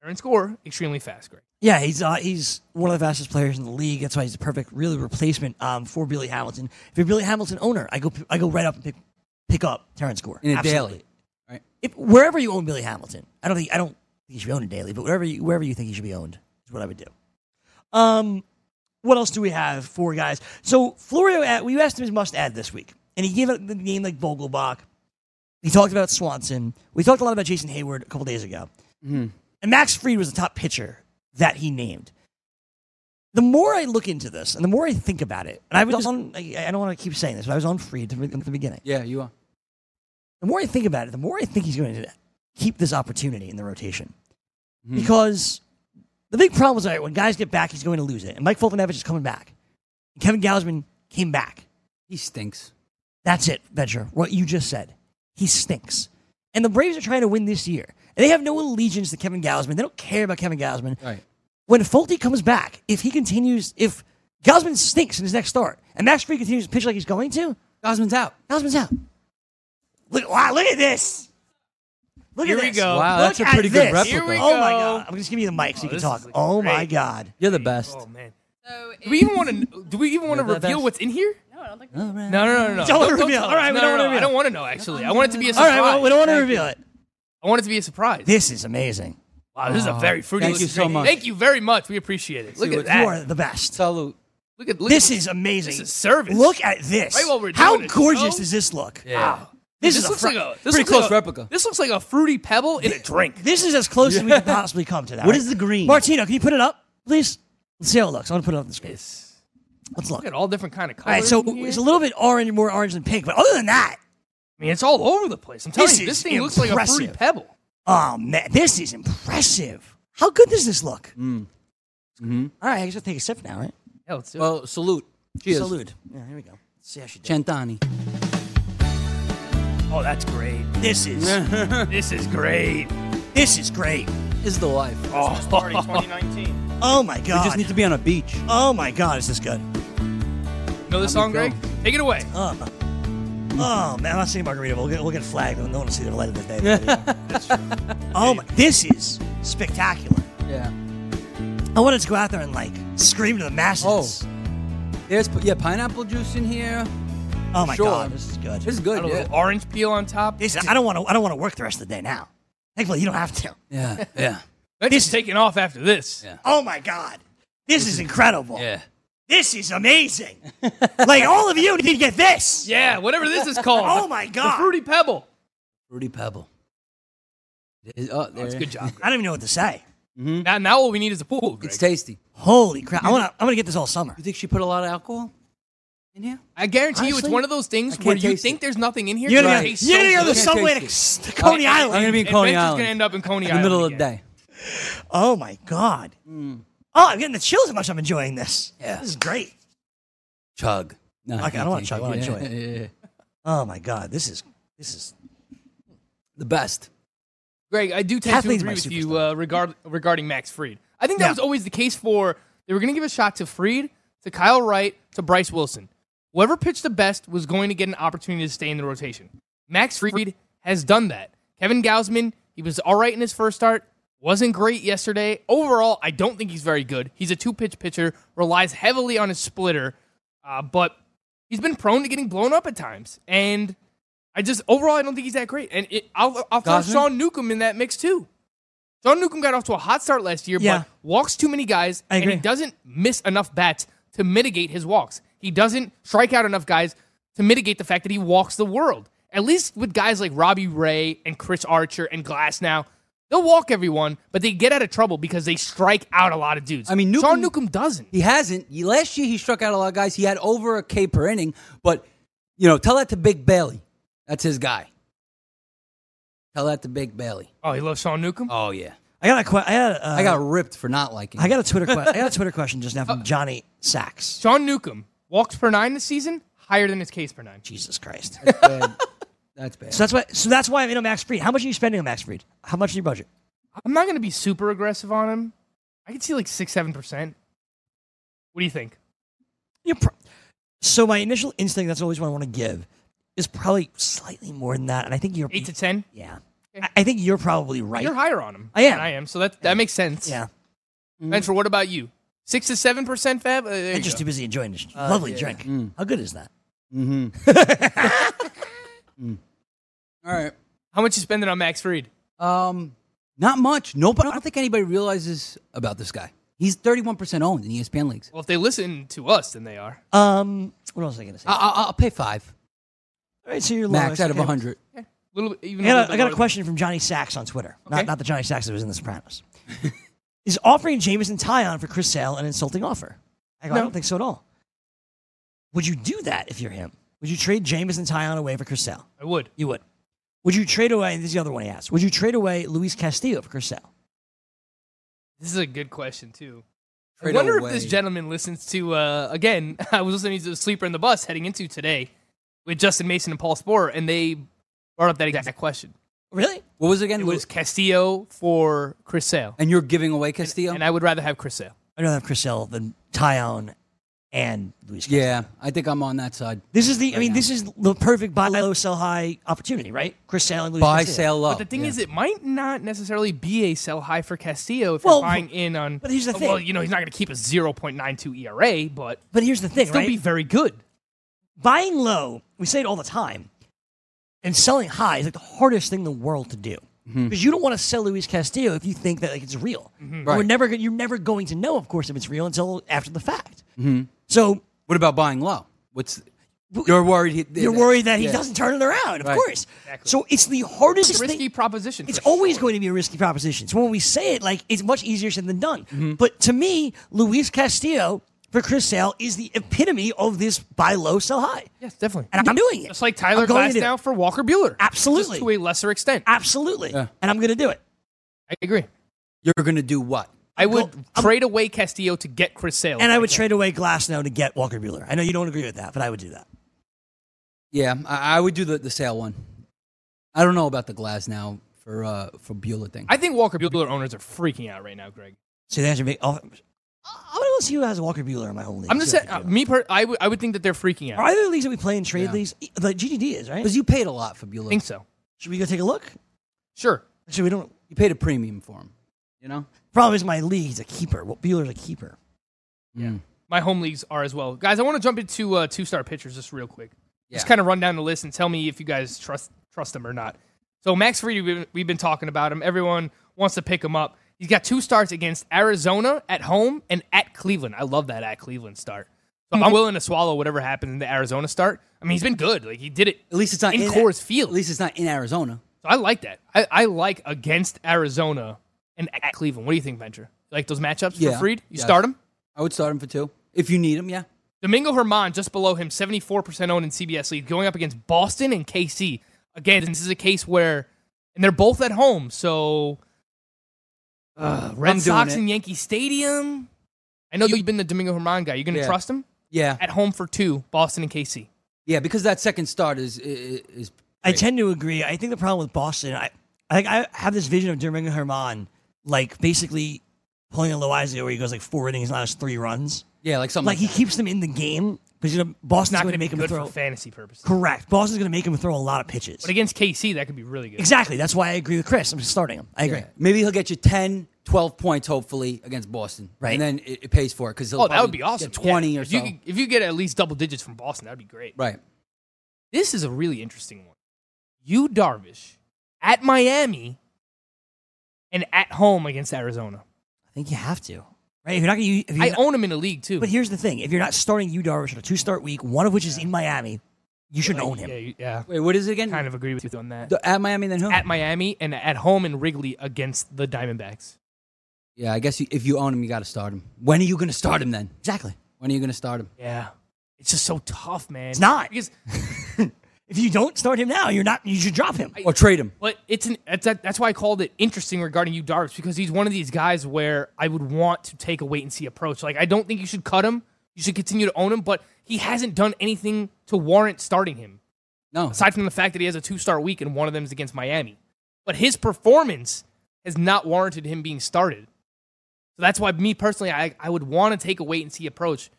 [SPEAKER 6] Aaron score extremely fast, Greg.
[SPEAKER 4] Yeah, he's uh, he's one of the fastest players in the league. That's why he's a perfect, really replacement um, for Billy Hamilton. If you're a Billy Hamilton owner, I go I go right up and pick pick up Terrence Gore
[SPEAKER 5] In a
[SPEAKER 4] Absolutely.
[SPEAKER 5] daily. Right.
[SPEAKER 4] If, wherever you own Billy Hamilton, I don't think I don't think he should be owned in daily, but wherever you, wherever you think he should be owned is what I would do. Um, what else do we have for guys? So Florio, at, we asked him his must add this week, and he gave out the name like Vogelbach. He talked about Swanson. We talked a lot about Jason Hayward a couple days ago. And Max Fried was the top pitcher that he named. The more I look into this and the more I think about it, and I was on, I I don't want to keep saying this, but I was on free at the, at the beginning.
[SPEAKER 5] Yeah, you are.
[SPEAKER 4] The more I think about it, the more I think he's going to keep this opportunity in the rotation. Because the big problem is, all right, when guys get back, he's going to lose it. And Mike Fultonevich is coming back. And Kevin Gausman came back.
[SPEAKER 5] He stinks.
[SPEAKER 4] That's it, Venture. What you just said. He stinks. And the Braves are trying to win this year. And they have no allegiance to Kevin Gausman. They don't care about Kevin Gausman.
[SPEAKER 5] Right.
[SPEAKER 4] When Fulte comes back, if he continues, if Gausman stinks in his next start, and Max Free continues to pitch like he's going to,
[SPEAKER 5] Gausman's out.
[SPEAKER 4] Gausman's out. Look, wow, look at this. Look
[SPEAKER 5] Here
[SPEAKER 4] at
[SPEAKER 5] we
[SPEAKER 4] this.
[SPEAKER 5] go. Wow, that's
[SPEAKER 4] Look
[SPEAKER 5] a pretty
[SPEAKER 4] at
[SPEAKER 5] good
[SPEAKER 4] this.
[SPEAKER 5] replica. Here we
[SPEAKER 4] Oh my
[SPEAKER 5] go.
[SPEAKER 4] god! I'm just giving you the mic so you can
[SPEAKER 5] this
[SPEAKER 4] talk.
[SPEAKER 5] is looking
[SPEAKER 4] Oh my
[SPEAKER 5] great.
[SPEAKER 4] god!
[SPEAKER 5] You're the best.
[SPEAKER 6] Oh man. do we even want to? Do we even want to
[SPEAKER 5] Yeah, that-
[SPEAKER 6] reveal
[SPEAKER 5] that's-
[SPEAKER 6] what's in here?
[SPEAKER 5] All right.
[SPEAKER 6] No, no, no, no.
[SPEAKER 4] Don't wanna reveal.
[SPEAKER 6] tell
[SPEAKER 4] All right,
[SPEAKER 6] us.
[SPEAKER 4] we don't
[SPEAKER 6] No, no,
[SPEAKER 4] wanna
[SPEAKER 6] no, I
[SPEAKER 4] reveal.
[SPEAKER 6] don't want to know. Actually, I want it to be a
[SPEAKER 4] All
[SPEAKER 6] surprise.
[SPEAKER 4] right, well, we don't want to reveal it.
[SPEAKER 6] I want it to be a surprise.
[SPEAKER 4] This is amazing.
[SPEAKER 6] Wow, this is a
[SPEAKER 4] Oh,
[SPEAKER 6] very fruity.
[SPEAKER 4] thank you
[SPEAKER 6] looking
[SPEAKER 4] so
[SPEAKER 6] drink.
[SPEAKER 4] much.
[SPEAKER 6] Thank you very much. We appreciate it. Look
[SPEAKER 4] You
[SPEAKER 6] at that.
[SPEAKER 4] are the best.
[SPEAKER 5] Salute.
[SPEAKER 6] Look at look
[SPEAKER 4] This
[SPEAKER 6] at-
[SPEAKER 4] is amazing.
[SPEAKER 6] This is service.
[SPEAKER 4] Look at this.
[SPEAKER 6] Right while we're
[SPEAKER 4] How
[SPEAKER 6] doing it,
[SPEAKER 4] gorgeous
[SPEAKER 6] yo.
[SPEAKER 4] does this look?
[SPEAKER 5] Yeah.
[SPEAKER 4] This, is a
[SPEAKER 6] looks
[SPEAKER 4] fr-
[SPEAKER 6] like a this looks
[SPEAKER 5] pretty
[SPEAKER 6] like
[SPEAKER 5] close
[SPEAKER 6] a-
[SPEAKER 5] replica.
[SPEAKER 6] This looks like a fruity pebble in a drink.
[SPEAKER 4] This is as close as we could possibly come to that.
[SPEAKER 5] What
[SPEAKER 4] right?
[SPEAKER 5] is the green?
[SPEAKER 4] Martino, can you put it up, please? Let's see how it looks. I want to put it up on the screen. Let's look.
[SPEAKER 6] Look at all different kind of
[SPEAKER 4] All
[SPEAKER 6] colors.
[SPEAKER 4] right, so
[SPEAKER 6] in here.
[SPEAKER 4] it's a little bit orange, more orange than pink, but other than that,
[SPEAKER 6] I mean, it's all over the place. I'm telling
[SPEAKER 4] This
[SPEAKER 6] you, this
[SPEAKER 4] is
[SPEAKER 6] thing looks like a fruity
[SPEAKER 4] impressive.
[SPEAKER 6] pebble.
[SPEAKER 4] oh man, this is impressive. How good does this look?
[SPEAKER 5] Mm. Mm-hmm.
[SPEAKER 4] All right, I guess I'll take a sip now, right?
[SPEAKER 6] Yeah, let's do it.
[SPEAKER 5] Well, salute. Cheers.
[SPEAKER 4] Salute. Yeah, here we go. Let's see how she did.
[SPEAKER 5] Chantani.
[SPEAKER 6] Oh, that's great.
[SPEAKER 4] This is
[SPEAKER 6] This is great.
[SPEAKER 4] this is great.
[SPEAKER 5] Is the life.
[SPEAKER 6] Oh,
[SPEAKER 9] Party 2019.
[SPEAKER 4] Oh my
[SPEAKER 5] We
[SPEAKER 4] god.
[SPEAKER 5] just need to be on a beach.
[SPEAKER 4] oh my god, is this good?
[SPEAKER 6] know this song, Greg? Take it away.
[SPEAKER 4] Oh, oh man, I'm not seeing margarita. We'll get we'll get flagged. No one will see the light of the day. oh my, this is spectacular.
[SPEAKER 5] Yeah.
[SPEAKER 4] I wanted to go out there and like scream to the masses.
[SPEAKER 5] Oh. There's yeah pineapple juice in here.
[SPEAKER 4] Oh my
[SPEAKER 5] Sure.
[SPEAKER 4] god, this is good.
[SPEAKER 5] This is
[SPEAKER 6] Got
[SPEAKER 5] good.
[SPEAKER 6] a
[SPEAKER 5] Yeah.
[SPEAKER 6] little orange peel on top.
[SPEAKER 4] This is- I don't want to. I don't want to work the rest of the day now. Thankfully, you don't have to.
[SPEAKER 5] yeah. Yeah.
[SPEAKER 6] That's just taking off after this.
[SPEAKER 5] Yeah.
[SPEAKER 4] Oh my god, this is incredible.
[SPEAKER 5] Yeah.
[SPEAKER 4] This is amazing. like all of you need to get this.
[SPEAKER 6] Yeah, whatever this is called.
[SPEAKER 4] Oh my
[SPEAKER 6] The-
[SPEAKER 4] God.
[SPEAKER 6] The fruity pebble.
[SPEAKER 5] Fruity pebble. It is- oh, there
[SPEAKER 6] That's
[SPEAKER 5] it
[SPEAKER 6] good
[SPEAKER 5] is.
[SPEAKER 6] job.
[SPEAKER 4] I don't even know what to say.
[SPEAKER 6] Now, now all we need is a pool. Greg.
[SPEAKER 5] It's tasty.
[SPEAKER 4] Holy crap! I want to. I'm gonna get this all summer.
[SPEAKER 5] You think she put a lot of alcohol in here?
[SPEAKER 6] I guarantee you, it's
[SPEAKER 5] Honestly,
[SPEAKER 6] one of those things
[SPEAKER 5] I can't
[SPEAKER 6] where you
[SPEAKER 5] taste
[SPEAKER 6] think
[SPEAKER 5] it.
[SPEAKER 6] there's nothing in here.
[SPEAKER 4] You're
[SPEAKER 6] but
[SPEAKER 4] gonna,
[SPEAKER 6] it
[SPEAKER 4] go-
[SPEAKER 6] tastes
[SPEAKER 4] you're
[SPEAKER 6] so
[SPEAKER 4] gonna go to the
[SPEAKER 6] good.
[SPEAKER 5] Can't
[SPEAKER 4] subway to
[SPEAKER 5] taste
[SPEAKER 4] to Coney
[SPEAKER 5] I- I-
[SPEAKER 4] Island.
[SPEAKER 5] I'm gonna be in Coney
[SPEAKER 6] Adventure's
[SPEAKER 5] Island
[SPEAKER 6] gonna end up in Coney
[SPEAKER 5] in the middle of
[SPEAKER 6] Island
[SPEAKER 5] the
[SPEAKER 6] again.
[SPEAKER 5] day.
[SPEAKER 4] Oh my god! Oh, I'm getting the chills. How much I'm enjoying this.
[SPEAKER 5] Mm. Yeah.
[SPEAKER 4] this is great.
[SPEAKER 5] Chug. No,
[SPEAKER 4] Okay, I don't
[SPEAKER 5] can't
[SPEAKER 4] wanna
[SPEAKER 5] take
[SPEAKER 4] chug, I wanna
[SPEAKER 5] Yeah,
[SPEAKER 4] enjoy it.
[SPEAKER 5] yeah, yeah, yeah.
[SPEAKER 4] Oh my god, this is this is
[SPEAKER 5] The best.
[SPEAKER 6] Greg, I do tend
[SPEAKER 4] Kathleen's
[SPEAKER 6] to
[SPEAKER 4] my
[SPEAKER 6] agree with you uh, regard, regarding Max Freed. I think that
[SPEAKER 4] Yeah.
[SPEAKER 6] was always the case for they were going to give a shot to Freed, to Kyle Wright, to Bryce Wilson. Whoever pitched the best was going to get an opportunity to stay in the rotation. Max Freed has done that. Kevin Gausman, he was all right in his first start, wasn't great yesterday. Overall, I don't think he's very good. He's a two pitch pitcher, relies heavily on his splitter, uh, but he's been prone to getting blown up at times. And I just overall, I don't think he's that great. And it, I'll, I'll throw
[SPEAKER 5] Gosman?
[SPEAKER 6] Sean Newcomb in that mix too. Sean Newcomb got off to a hot start last year,
[SPEAKER 4] Yeah.
[SPEAKER 6] but walks too many guys,
[SPEAKER 4] I
[SPEAKER 6] and he
[SPEAKER 4] agree.
[SPEAKER 6] doesn't miss enough bats to mitigate his walks. He doesn't strike out enough guys to mitigate the fact that he walks the world. At least with guys like Robbie Ray and Chris Archer and Glass now, they'll walk everyone, but they get out of trouble because they strike out a lot of dudes.
[SPEAKER 5] I mean,
[SPEAKER 6] Sean
[SPEAKER 5] Newcomb-
[SPEAKER 6] Newcomb doesn't.
[SPEAKER 5] He hasn't. He- last year he struck out a lot of guys. He had over a K per inning, but you know, tell that to Big Bailey. That's his guy. Tell that to Big Bailey.
[SPEAKER 6] Oh, he loves Sean Newcomb?
[SPEAKER 5] Oh yeah.
[SPEAKER 4] I got a que- I got a, uh,
[SPEAKER 5] I got Uh, ripped for not liking.
[SPEAKER 4] I got a Twitter que- I got a Twitter question just now from Johnny Sachs.
[SPEAKER 6] Sean Newcomb, walks per nine this season, higher than his case per nine.
[SPEAKER 4] Jesus Christ.
[SPEAKER 5] That's bad. That's bad.
[SPEAKER 4] So that's why. So that's why I'm in on Max Fried. How much are you spending on Max Fried? How much is your budget?
[SPEAKER 6] I'm not going to be super aggressive on him. I could see like six, seven percent. What do you think?
[SPEAKER 4] You're pro- so my initial instinct. That's always what I want to give. Is probably slightly more than that, and I think you're
[SPEAKER 6] Eight to ten.
[SPEAKER 4] yeah. I, I think you're probably right.
[SPEAKER 6] You're higher on him.
[SPEAKER 4] I am.
[SPEAKER 6] than I am. So that that makes sense.
[SPEAKER 4] Yeah,
[SPEAKER 6] Venture, what about you? Six to seven percent, Fab. Uh, there
[SPEAKER 4] I'm
[SPEAKER 6] you
[SPEAKER 4] just
[SPEAKER 6] go.
[SPEAKER 4] too busy enjoying this
[SPEAKER 6] Uh,
[SPEAKER 4] lovely
[SPEAKER 5] yeah.
[SPEAKER 4] drink.
[SPEAKER 5] Mm.
[SPEAKER 4] How good is that?
[SPEAKER 5] mm-hmm. All right.
[SPEAKER 6] How much you spending on Max Freed?
[SPEAKER 5] Um, not much. Nobody. I don't think anybody realizes about this guy. He's thirty-one percent owned in E ESPN leagues.
[SPEAKER 6] Well, if they listen to us, then they are.
[SPEAKER 4] Um, what else was I gonna say?
[SPEAKER 6] Uh,
[SPEAKER 5] I, I, I'll pay five
[SPEAKER 4] All right, so you're
[SPEAKER 5] max
[SPEAKER 4] low.
[SPEAKER 5] out of
[SPEAKER 4] Okay.
[SPEAKER 5] hundred.
[SPEAKER 6] A little bit, even.
[SPEAKER 4] I got,
[SPEAKER 6] little
[SPEAKER 4] a,
[SPEAKER 6] bit
[SPEAKER 4] I got a
[SPEAKER 6] lower
[SPEAKER 4] question from Johnny Sachs on Twitter. Not,
[SPEAKER 6] Okay.
[SPEAKER 4] not the Johnny Sachs that was in The Sopranos. is offering Jameson Tyon for Chris Sale an insulting offer? I go, I
[SPEAKER 6] No.
[SPEAKER 4] don't think so at all. Would you do that if you're him? Would you trade Jameson Tyon away for Chris Sale?
[SPEAKER 6] I would.
[SPEAKER 4] You would. Would you trade away? And this is the other one he asked. Would you trade away Luis Castillo for Chris Sale?
[SPEAKER 6] This is a good question too. I
[SPEAKER 4] Trade
[SPEAKER 6] wonder if this
[SPEAKER 4] away.
[SPEAKER 6] gentleman listens to uh, again. I was listening to the sleeper in the bus heading into today with Justin Mason and Paul Sporer, and they brought up that exact question.
[SPEAKER 4] Really?
[SPEAKER 5] What was it again?
[SPEAKER 6] It was Castillo for Chris Sale,
[SPEAKER 5] and you're giving away Castillo.
[SPEAKER 6] and, I would rather have Chris Sale.
[SPEAKER 4] I'd rather have Chris Sale than Tyon and Luis. Castillo.
[SPEAKER 5] yeah, I think I'm on that side.
[SPEAKER 4] This is the. I
[SPEAKER 5] Right
[SPEAKER 4] mean,
[SPEAKER 5] now.
[SPEAKER 4] this is the perfect buy low, sell high opportunity, right? Chris Sale and Luis.
[SPEAKER 5] Buy,
[SPEAKER 4] Castillo.
[SPEAKER 5] sell low.
[SPEAKER 6] But the thing
[SPEAKER 5] yeah.
[SPEAKER 6] is, it might not necessarily be a sell high for Castillo if
[SPEAKER 4] Well,
[SPEAKER 6] you're buying in on.
[SPEAKER 4] but here's the
[SPEAKER 6] oh, Well,
[SPEAKER 4] thing.
[SPEAKER 6] you know he's not going to keep a 0.92 ERA, E but
[SPEAKER 4] But here's the thing,
[SPEAKER 6] still
[SPEAKER 4] right?
[SPEAKER 6] be very good.
[SPEAKER 4] buying low, we say it all the time, and selling high is like the hardest thing in the world to do.
[SPEAKER 5] Mm-hmm.
[SPEAKER 4] Because you don't want to sell Luis Castillo if you think that like, it's real.
[SPEAKER 5] Right.
[SPEAKER 4] We're never, go- you're never going to know, of course, if it's real until after the fact.
[SPEAKER 5] Mhm.
[SPEAKER 4] So
[SPEAKER 5] What about buying low? What's you're worried? He,
[SPEAKER 4] you're worried that he
[SPEAKER 5] yeah.
[SPEAKER 4] doesn't turn it around, of
[SPEAKER 5] Right.
[SPEAKER 4] course. So it's the hardest
[SPEAKER 6] It's a
[SPEAKER 4] thing.
[SPEAKER 6] risky proposition.
[SPEAKER 4] It's
[SPEAKER 6] for sure.
[SPEAKER 4] always going to be a risky proposition. So when we say it, like it's much easier said than done.
[SPEAKER 6] Mm-hmm.
[SPEAKER 4] But to me, Luis Castillo for Chris Sale is the epitome of this buy low, sell high.
[SPEAKER 6] yes, definitely.
[SPEAKER 4] And I'm doing it.
[SPEAKER 6] Just like Tyler
[SPEAKER 4] I'm going
[SPEAKER 6] Glass
[SPEAKER 4] to do
[SPEAKER 6] now
[SPEAKER 4] it.
[SPEAKER 6] for Walker Bueller.
[SPEAKER 4] Absolutely.
[SPEAKER 6] Just to a lesser extent.
[SPEAKER 4] Absolutely.
[SPEAKER 5] Yeah.
[SPEAKER 4] And I'm going to do it.
[SPEAKER 6] I agree.
[SPEAKER 5] You're gonna do what?
[SPEAKER 6] I would trade away Castillo to get Chris Sale.
[SPEAKER 4] And I would trade away Glass now to get Walker Bueller. I know you don't agree with that, but I would do that.
[SPEAKER 5] Yeah, I, I would do the, the sale one. I don't know about the glass now for uh for Bueller thing.
[SPEAKER 6] I think Walker Bueller owners are freaking out right now, Greg.
[SPEAKER 4] So that's your big. Oh, I want to see who has Walker Bueller in my whole league.
[SPEAKER 6] I'm just
[SPEAKER 4] See what
[SPEAKER 6] saying,
[SPEAKER 4] I
[SPEAKER 6] uh,
[SPEAKER 4] can do.
[SPEAKER 6] me, per- I would I would think that they're freaking
[SPEAKER 4] Are
[SPEAKER 6] out.
[SPEAKER 4] either the leagues that we play in trade
[SPEAKER 5] Yeah.
[SPEAKER 4] leagues? E, The GDD is right.
[SPEAKER 5] because you paid a lot for Bueller.
[SPEAKER 6] I think so.
[SPEAKER 4] Should we go take a look?
[SPEAKER 6] Sure.
[SPEAKER 4] Actually, we don't.
[SPEAKER 5] You paid a premium for him. You know.
[SPEAKER 4] Problem is, my league is a keeper. Well, Bueller's a keeper.
[SPEAKER 5] Yeah.
[SPEAKER 6] My home leagues are as well. Guys, I want to jump into uh, two star pitchers just real quick. Just
[SPEAKER 5] Yeah.
[SPEAKER 6] kind of run down the list and tell me if you guys trust trust them or not. So Max Fried, we've, we've been talking about him. Everyone wants to pick him up. He's got two starts against Arizona at home and at Cleveland. I love that at Cleveland start. So
[SPEAKER 5] Mm-hmm.
[SPEAKER 6] I'm willing to swallow whatever happens in the Arizona start. I mean, he's been good. Like he did it.
[SPEAKER 5] At least it's not
[SPEAKER 6] in,
[SPEAKER 5] in
[SPEAKER 6] Coors Field.
[SPEAKER 5] At least it's not in Arizona.
[SPEAKER 6] So I like that. I, I like against Arizona and at Cleveland. What do you think, Venture? You Like those matchups
[SPEAKER 5] Yeah.
[SPEAKER 6] for Freed? You
[SPEAKER 5] Yes.
[SPEAKER 6] start him?
[SPEAKER 5] I would start him for two if you need him. Yeah.
[SPEAKER 6] Domingo Herman just below him, 74% owned in CBS League, going up against Boston and KC. Again, this is a case where, and they're both at home, so uh, Red
[SPEAKER 5] I'm doing
[SPEAKER 6] Sox
[SPEAKER 5] it.
[SPEAKER 6] and Yankee Stadium. I know you've been the Domingo Herman guy. You're going to
[SPEAKER 5] Yeah.
[SPEAKER 6] trust him?
[SPEAKER 5] Yeah.
[SPEAKER 6] At home for two, Boston and KC.
[SPEAKER 5] Yeah, because that second start is i- i- is
[SPEAKER 4] I tend to agree. I think the problem with Boston, I, I think I have this vision of Domingo Herman, like basically pulling a Loizio where he goes like four innings, and allows three runs.
[SPEAKER 5] yeah like something
[SPEAKER 4] Like
[SPEAKER 5] like,
[SPEAKER 4] he keeps them in the game because you know Boston's
[SPEAKER 6] Not
[SPEAKER 4] going
[SPEAKER 6] going
[SPEAKER 4] to
[SPEAKER 6] to
[SPEAKER 4] make him
[SPEAKER 6] good
[SPEAKER 4] throw.
[SPEAKER 6] for fantasy purposes.
[SPEAKER 4] Correct. Boston's going to make him throw a lot of pitches.
[SPEAKER 6] But against KC, that could be really good.
[SPEAKER 4] Exactly. That's why I agree with Chris. I'm just starting him. I
[SPEAKER 5] that.
[SPEAKER 4] agree.
[SPEAKER 5] Yeah. Maybe he'll get you 10, 12 points hopefully against Boston.
[SPEAKER 4] Right.
[SPEAKER 5] And then it, it pays for it because
[SPEAKER 6] Oh, that would be awesome.
[SPEAKER 5] Get Twenty
[SPEAKER 6] Yeah.
[SPEAKER 5] or
[SPEAKER 6] if you
[SPEAKER 5] so.
[SPEAKER 6] could- if you get at least double digits from Boston, that'd be great.
[SPEAKER 5] Right.
[SPEAKER 6] This is a really interesting one. You Darvish at Miami and at home against Arizona.
[SPEAKER 4] I think you have to. Right? If you're not going to, if you're
[SPEAKER 6] I
[SPEAKER 4] not-
[SPEAKER 6] own him in a league too.
[SPEAKER 4] but here's the thing: if you're not starting you Darvish on a two-start week, one of which is in Miami, you shouldn't own him.
[SPEAKER 6] Yeah, you- yeah.
[SPEAKER 5] Wait, what is it again?
[SPEAKER 6] Kind of agree with you on that.
[SPEAKER 5] The- at Miami then who?
[SPEAKER 6] at Miami and at home in Wrigley against the Diamondbacks.
[SPEAKER 5] yeah, I guess you, if you own him, you got to start him. When are you going to start him then?
[SPEAKER 4] Exactly.
[SPEAKER 5] When are you going to start him?
[SPEAKER 6] Yeah. It's just so tough, man.
[SPEAKER 4] It's not.
[SPEAKER 6] Because
[SPEAKER 4] If you don't start him now, you're not. You should drop him.
[SPEAKER 5] Or trade him?
[SPEAKER 6] But it's an that's, that- that's why I called it interesting regarding you, Darvish, because he's one of these guys where I would want to take a wait and see approach. Like I don't think you should cut him. You should continue to own him, but he hasn't done anything to warrant starting him.
[SPEAKER 5] No.
[SPEAKER 6] Aside from the fact that he has a two star week and one of them is against Miami, but his performance has not warranted him being started. So that's why me personally, I I would want to take a wait and see approach.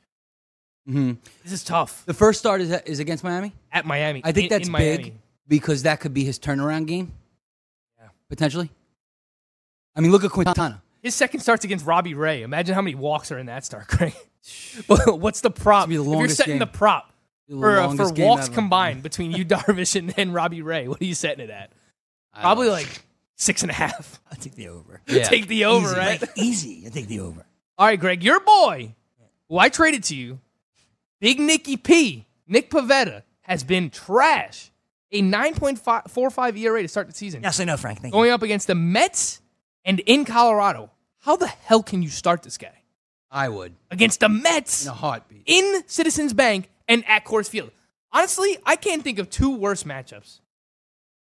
[SPEAKER 5] Mhm.
[SPEAKER 6] This is tough
[SPEAKER 5] The first start is, is against Miami.
[SPEAKER 6] at Miami.
[SPEAKER 5] I think
[SPEAKER 6] in-
[SPEAKER 5] that's
[SPEAKER 6] in Miami.
[SPEAKER 5] big because that could be his turnaround game, potentially. I mean, look at Quintana.
[SPEAKER 6] His second starts against Robbie Ray. Imagine how many walks are in that start, Craig. Well, What's the prop?
[SPEAKER 5] be the
[SPEAKER 6] If
[SPEAKER 5] longest
[SPEAKER 6] you're setting the
[SPEAKER 5] game.
[SPEAKER 6] prop
[SPEAKER 5] The
[SPEAKER 6] for, uh, for
[SPEAKER 5] longest game
[SPEAKER 6] walks
[SPEAKER 5] ever.
[SPEAKER 6] combined between you, Darvish, and, and Robbie Ray, what are you setting it at? Probably like six and a half.
[SPEAKER 4] I take the over.
[SPEAKER 5] Yeah.
[SPEAKER 6] Take the over,
[SPEAKER 4] easy,
[SPEAKER 6] right?
[SPEAKER 4] like, easy. I take the over.
[SPEAKER 6] All right, Greg, your boy, who I traded to you, Big Nicky P, Nick Pavetta, has been trash. A 9.45 ERA E to start the season.
[SPEAKER 4] Yes, I know, Frank. Thank you.
[SPEAKER 6] Going up against the Mets and in Colorado. How the hell can you start this guy?
[SPEAKER 5] I would.
[SPEAKER 6] Against the Mets.
[SPEAKER 5] In a heartbeat.
[SPEAKER 6] In Citizens Bank and at Coors Field. Honestly, I can't think of two worse matchups.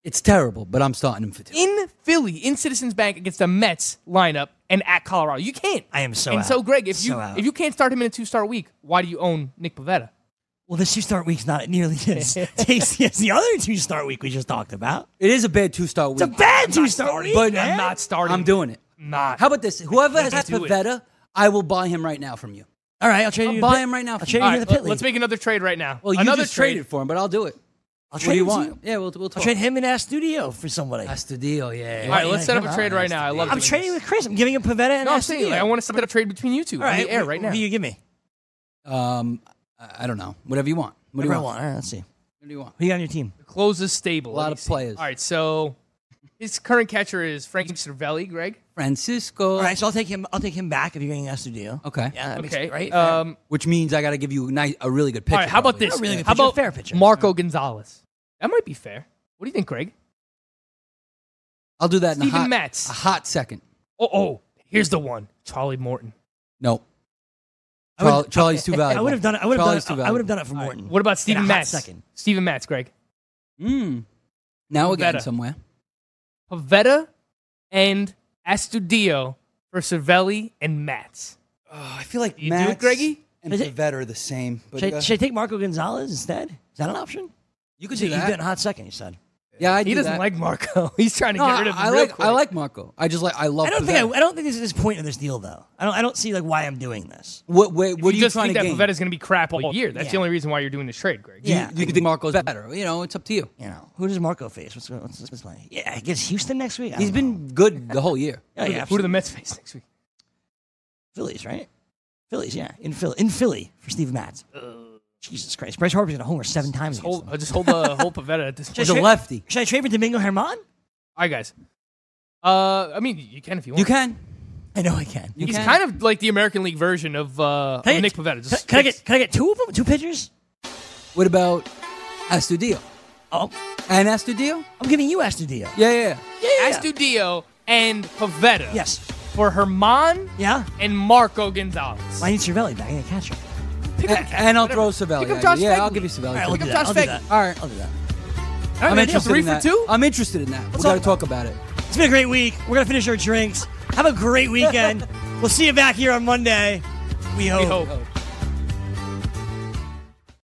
[SPEAKER 5] It's terrible, but I'm starting him for two.
[SPEAKER 6] In Philly, in Citizens Bank against the Mets lineup and at Colorado. You can't.
[SPEAKER 4] I am so
[SPEAKER 6] And
[SPEAKER 4] out.
[SPEAKER 6] so Greg, if you
[SPEAKER 4] So out.
[SPEAKER 6] if you can't start him in a two star week, why do you own Nick Pavetta?
[SPEAKER 4] Well, this two start week's not nearly as tasty as the other two start week we just talked about.
[SPEAKER 5] It is a bad two star week.
[SPEAKER 4] It's a bad two star week.
[SPEAKER 5] But
[SPEAKER 4] man.
[SPEAKER 5] I'm not starting. I'm doing it.
[SPEAKER 6] Not.
[SPEAKER 5] How about this? Whoever
[SPEAKER 4] can't
[SPEAKER 5] has
[SPEAKER 4] do it.
[SPEAKER 5] Pavetta, I will buy him right now from you.
[SPEAKER 4] All right, I'll trade
[SPEAKER 5] I'll
[SPEAKER 4] you.
[SPEAKER 5] buy
[SPEAKER 4] the,
[SPEAKER 5] him right now.
[SPEAKER 4] I'll trade
[SPEAKER 5] All
[SPEAKER 4] you to
[SPEAKER 5] right,
[SPEAKER 4] the Pitley.
[SPEAKER 6] Let's make another trade right now.
[SPEAKER 5] Well, you
[SPEAKER 6] another
[SPEAKER 5] just
[SPEAKER 6] trade.
[SPEAKER 5] traded for him, but I'll do it.
[SPEAKER 4] I'll
[SPEAKER 5] What
[SPEAKER 4] trade
[SPEAKER 5] do you
[SPEAKER 4] him to
[SPEAKER 5] want? Yeah, we'll we'll
[SPEAKER 4] I'll
[SPEAKER 5] talk.
[SPEAKER 4] trade him and Astudio for somebody.
[SPEAKER 5] Astudio, yeah.
[SPEAKER 6] All right, let's set up a trade right now. I love
[SPEAKER 4] I'm
[SPEAKER 6] doing
[SPEAKER 4] trading with Chris. I'm giving him Pavetta and
[SPEAKER 6] No, I'm
[SPEAKER 4] Astudio.
[SPEAKER 6] saying like, I want to set up a trade between you two
[SPEAKER 4] All right,
[SPEAKER 6] on the air
[SPEAKER 4] wh-
[SPEAKER 6] right
[SPEAKER 4] who
[SPEAKER 6] now.
[SPEAKER 4] you give me?
[SPEAKER 5] Um, I I don't know. Whatever you want. What do you
[SPEAKER 4] Whatever I
[SPEAKER 5] want?
[SPEAKER 4] want. All right, let's see.
[SPEAKER 5] What do you want?
[SPEAKER 4] Who you got on your team?
[SPEAKER 6] Close is stable.
[SPEAKER 5] A lot
[SPEAKER 6] Let me
[SPEAKER 5] of
[SPEAKER 6] see.
[SPEAKER 5] players.
[SPEAKER 6] All right, so his current catcher is Frankie Cervelli, Greg.
[SPEAKER 5] Francisco.
[SPEAKER 4] All right, so I'll take him. I'll take him back if you're getting Astudio.
[SPEAKER 5] Okay.
[SPEAKER 4] Yeah, that makes-
[SPEAKER 6] Okay,
[SPEAKER 4] right.
[SPEAKER 6] Um,
[SPEAKER 5] Which means I got to give you a, nice, a really good pitcher.
[SPEAKER 6] all right, how about
[SPEAKER 5] probably.
[SPEAKER 6] this?
[SPEAKER 4] A really good
[SPEAKER 6] how
[SPEAKER 4] pitcher,
[SPEAKER 6] about
[SPEAKER 4] fair pitcher.
[SPEAKER 6] Marco Gonzalez? That might be fair. What do you think, Greg?
[SPEAKER 5] I'll do that in a
[SPEAKER 6] Steven
[SPEAKER 5] hot,
[SPEAKER 6] Matz.
[SPEAKER 5] a hot second.
[SPEAKER 6] Oh, oh, here's the one. Charlie Morton.
[SPEAKER 5] No.
[SPEAKER 4] I would-
[SPEAKER 5] Charl- Charlie's too valuable.
[SPEAKER 4] I would have done it. I would have
[SPEAKER 5] Charlie's too
[SPEAKER 4] done. It,
[SPEAKER 5] valuable.
[SPEAKER 4] I would have done it for Morton.
[SPEAKER 6] What about
[SPEAKER 4] In a
[SPEAKER 6] Steven
[SPEAKER 4] hot
[SPEAKER 6] Matz?
[SPEAKER 4] Second.
[SPEAKER 6] Steven Matz, Greg.
[SPEAKER 5] Mm. Now we're getting
[SPEAKER 6] Pavetta.
[SPEAKER 5] somewhere.
[SPEAKER 6] Pavetta and Astudio for Cervelli and Matz.
[SPEAKER 5] Oh, I feel like
[SPEAKER 6] You do it, Max Greggy?
[SPEAKER 5] and
[SPEAKER 4] Is it-
[SPEAKER 5] Pavetta are the same. But
[SPEAKER 4] Should, I,
[SPEAKER 5] uh,
[SPEAKER 4] should I take Marco Gonzalez instead? Is that an option?
[SPEAKER 5] you could
[SPEAKER 4] So
[SPEAKER 5] do
[SPEAKER 4] You've been
[SPEAKER 5] that.
[SPEAKER 4] hot second. You said.
[SPEAKER 5] Yeah, I
[SPEAKER 6] He doesn't like Marco. He's trying to get rid of him.
[SPEAKER 5] I
[SPEAKER 6] real
[SPEAKER 5] like
[SPEAKER 6] quick.
[SPEAKER 5] I like Marco. I just like I love.
[SPEAKER 4] I don't think. I,
[SPEAKER 5] Pavetta.
[SPEAKER 4] I don't think this is the point of this deal, though. I don't. I don't see like why I'm doing this.
[SPEAKER 5] What, what, what
[SPEAKER 6] you
[SPEAKER 5] are you
[SPEAKER 6] just
[SPEAKER 5] trying
[SPEAKER 6] think
[SPEAKER 5] to
[SPEAKER 6] that
[SPEAKER 5] gain?
[SPEAKER 6] Pavetta's going to be crap all year. That's the
[SPEAKER 4] Yeah.
[SPEAKER 6] only reason why you're doing this trade, Greg.
[SPEAKER 4] Yeah.
[SPEAKER 5] You think Marco's better? You know, it's up to you.
[SPEAKER 4] You know, who does Marco face? What's what's this playing? Yeah, I guess Houston next week. I
[SPEAKER 5] He's
[SPEAKER 4] don't know. Oh,
[SPEAKER 5] been good the whole year.
[SPEAKER 4] Yeah, yeah,
[SPEAKER 6] Who do the
[SPEAKER 4] absolutely.
[SPEAKER 6] Mets face next week?
[SPEAKER 4] Phillies, right? Phillies, yeah, in Philly, in Philly for Steve Matz. Jesus Christ, Bryce Harper's gonna homer seven times.
[SPEAKER 6] Just hold,
[SPEAKER 4] against
[SPEAKER 6] uh,
[SPEAKER 4] them.
[SPEAKER 6] just hold the whole Pavetta at this point.
[SPEAKER 5] He's a lefty.
[SPEAKER 4] Should I trade for Domingo Herman?
[SPEAKER 6] All right, guys. Uh, I mean, you can if you want.
[SPEAKER 5] You can.
[SPEAKER 4] I know I can.
[SPEAKER 5] You
[SPEAKER 6] He's
[SPEAKER 5] can.
[SPEAKER 6] kind of like the American League version of, uh,
[SPEAKER 4] Can I get-
[SPEAKER 6] of Nick Pavetta. Just
[SPEAKER 4] can, I get? Can I get two of them? Two pitchers?
[SPEAKER 5] What about Astudio?
[SPEAKER 4] Oh,
[SPEAKER 5] And Astudio?
[SPEAKER 4] I'm giving you Astudio.
[SPEAKER 5] Yeah, yeah.
[SPEAKER 4] Yeah,
[SPEAKER 6] Astudio and Pavetta.
[SPEAKER 4] Yes.
[SPEAKER 6] For Herman
[SPEAKER 4] Yeah.
[SPEAKER 6] and Marco Gonzalez.
[SPEAKER 4] Well, I need Cervelli back. I need a catcher.
[SPEAKER 6] Pick
[SPEAKER 5] yeah.
[SPEAKER 6] up-
[SPEAKER 5] A- and I'll
[SPEAKER 6] whatever.
[SPEAKER 5] throw Savelli.
[SPEAKER 6] Pick up Josh
[SPEAKER 5] yeah, I'll
[SPEAKER 6] Fegley.
[SPEAKER 5] give you Savelli.
[SPEAKER 4] All right, we'll
[SPEAKER 5] All
[SPEAKER 4] do
[SPEAKER 6] up
[SPEAKER 4] that.
[SPEAKER 6] Josh
[SPEAKER 4] I'll do
[SPEAKER 6] Fegley.
[SPEAKER 4] that.
[SPEAKER 5] All right.
[SPEAKER 4] I'll do that.
[SPEAKER 6] All
[SPEAKER 5] I'm
[SPEAKER 6] right,
[SPEAKER 5] interested
[SPEAKER 6] three
[SPEAKER 5] in that.
[SPEAKER 6] for two.
[SPEAKER 5] I'm interested in that. We
[SPEAKER 4] all
[SPEAKER 5] got to
[SPEAKER 4] about
[SPEAKER 5] talk about it.
[SPEAKER 4] It's been a great week. We're gonna finish our drinks. Have a great weekend. we'll see you back here on Monday. We hope.
[SPEAKER 6] Yo.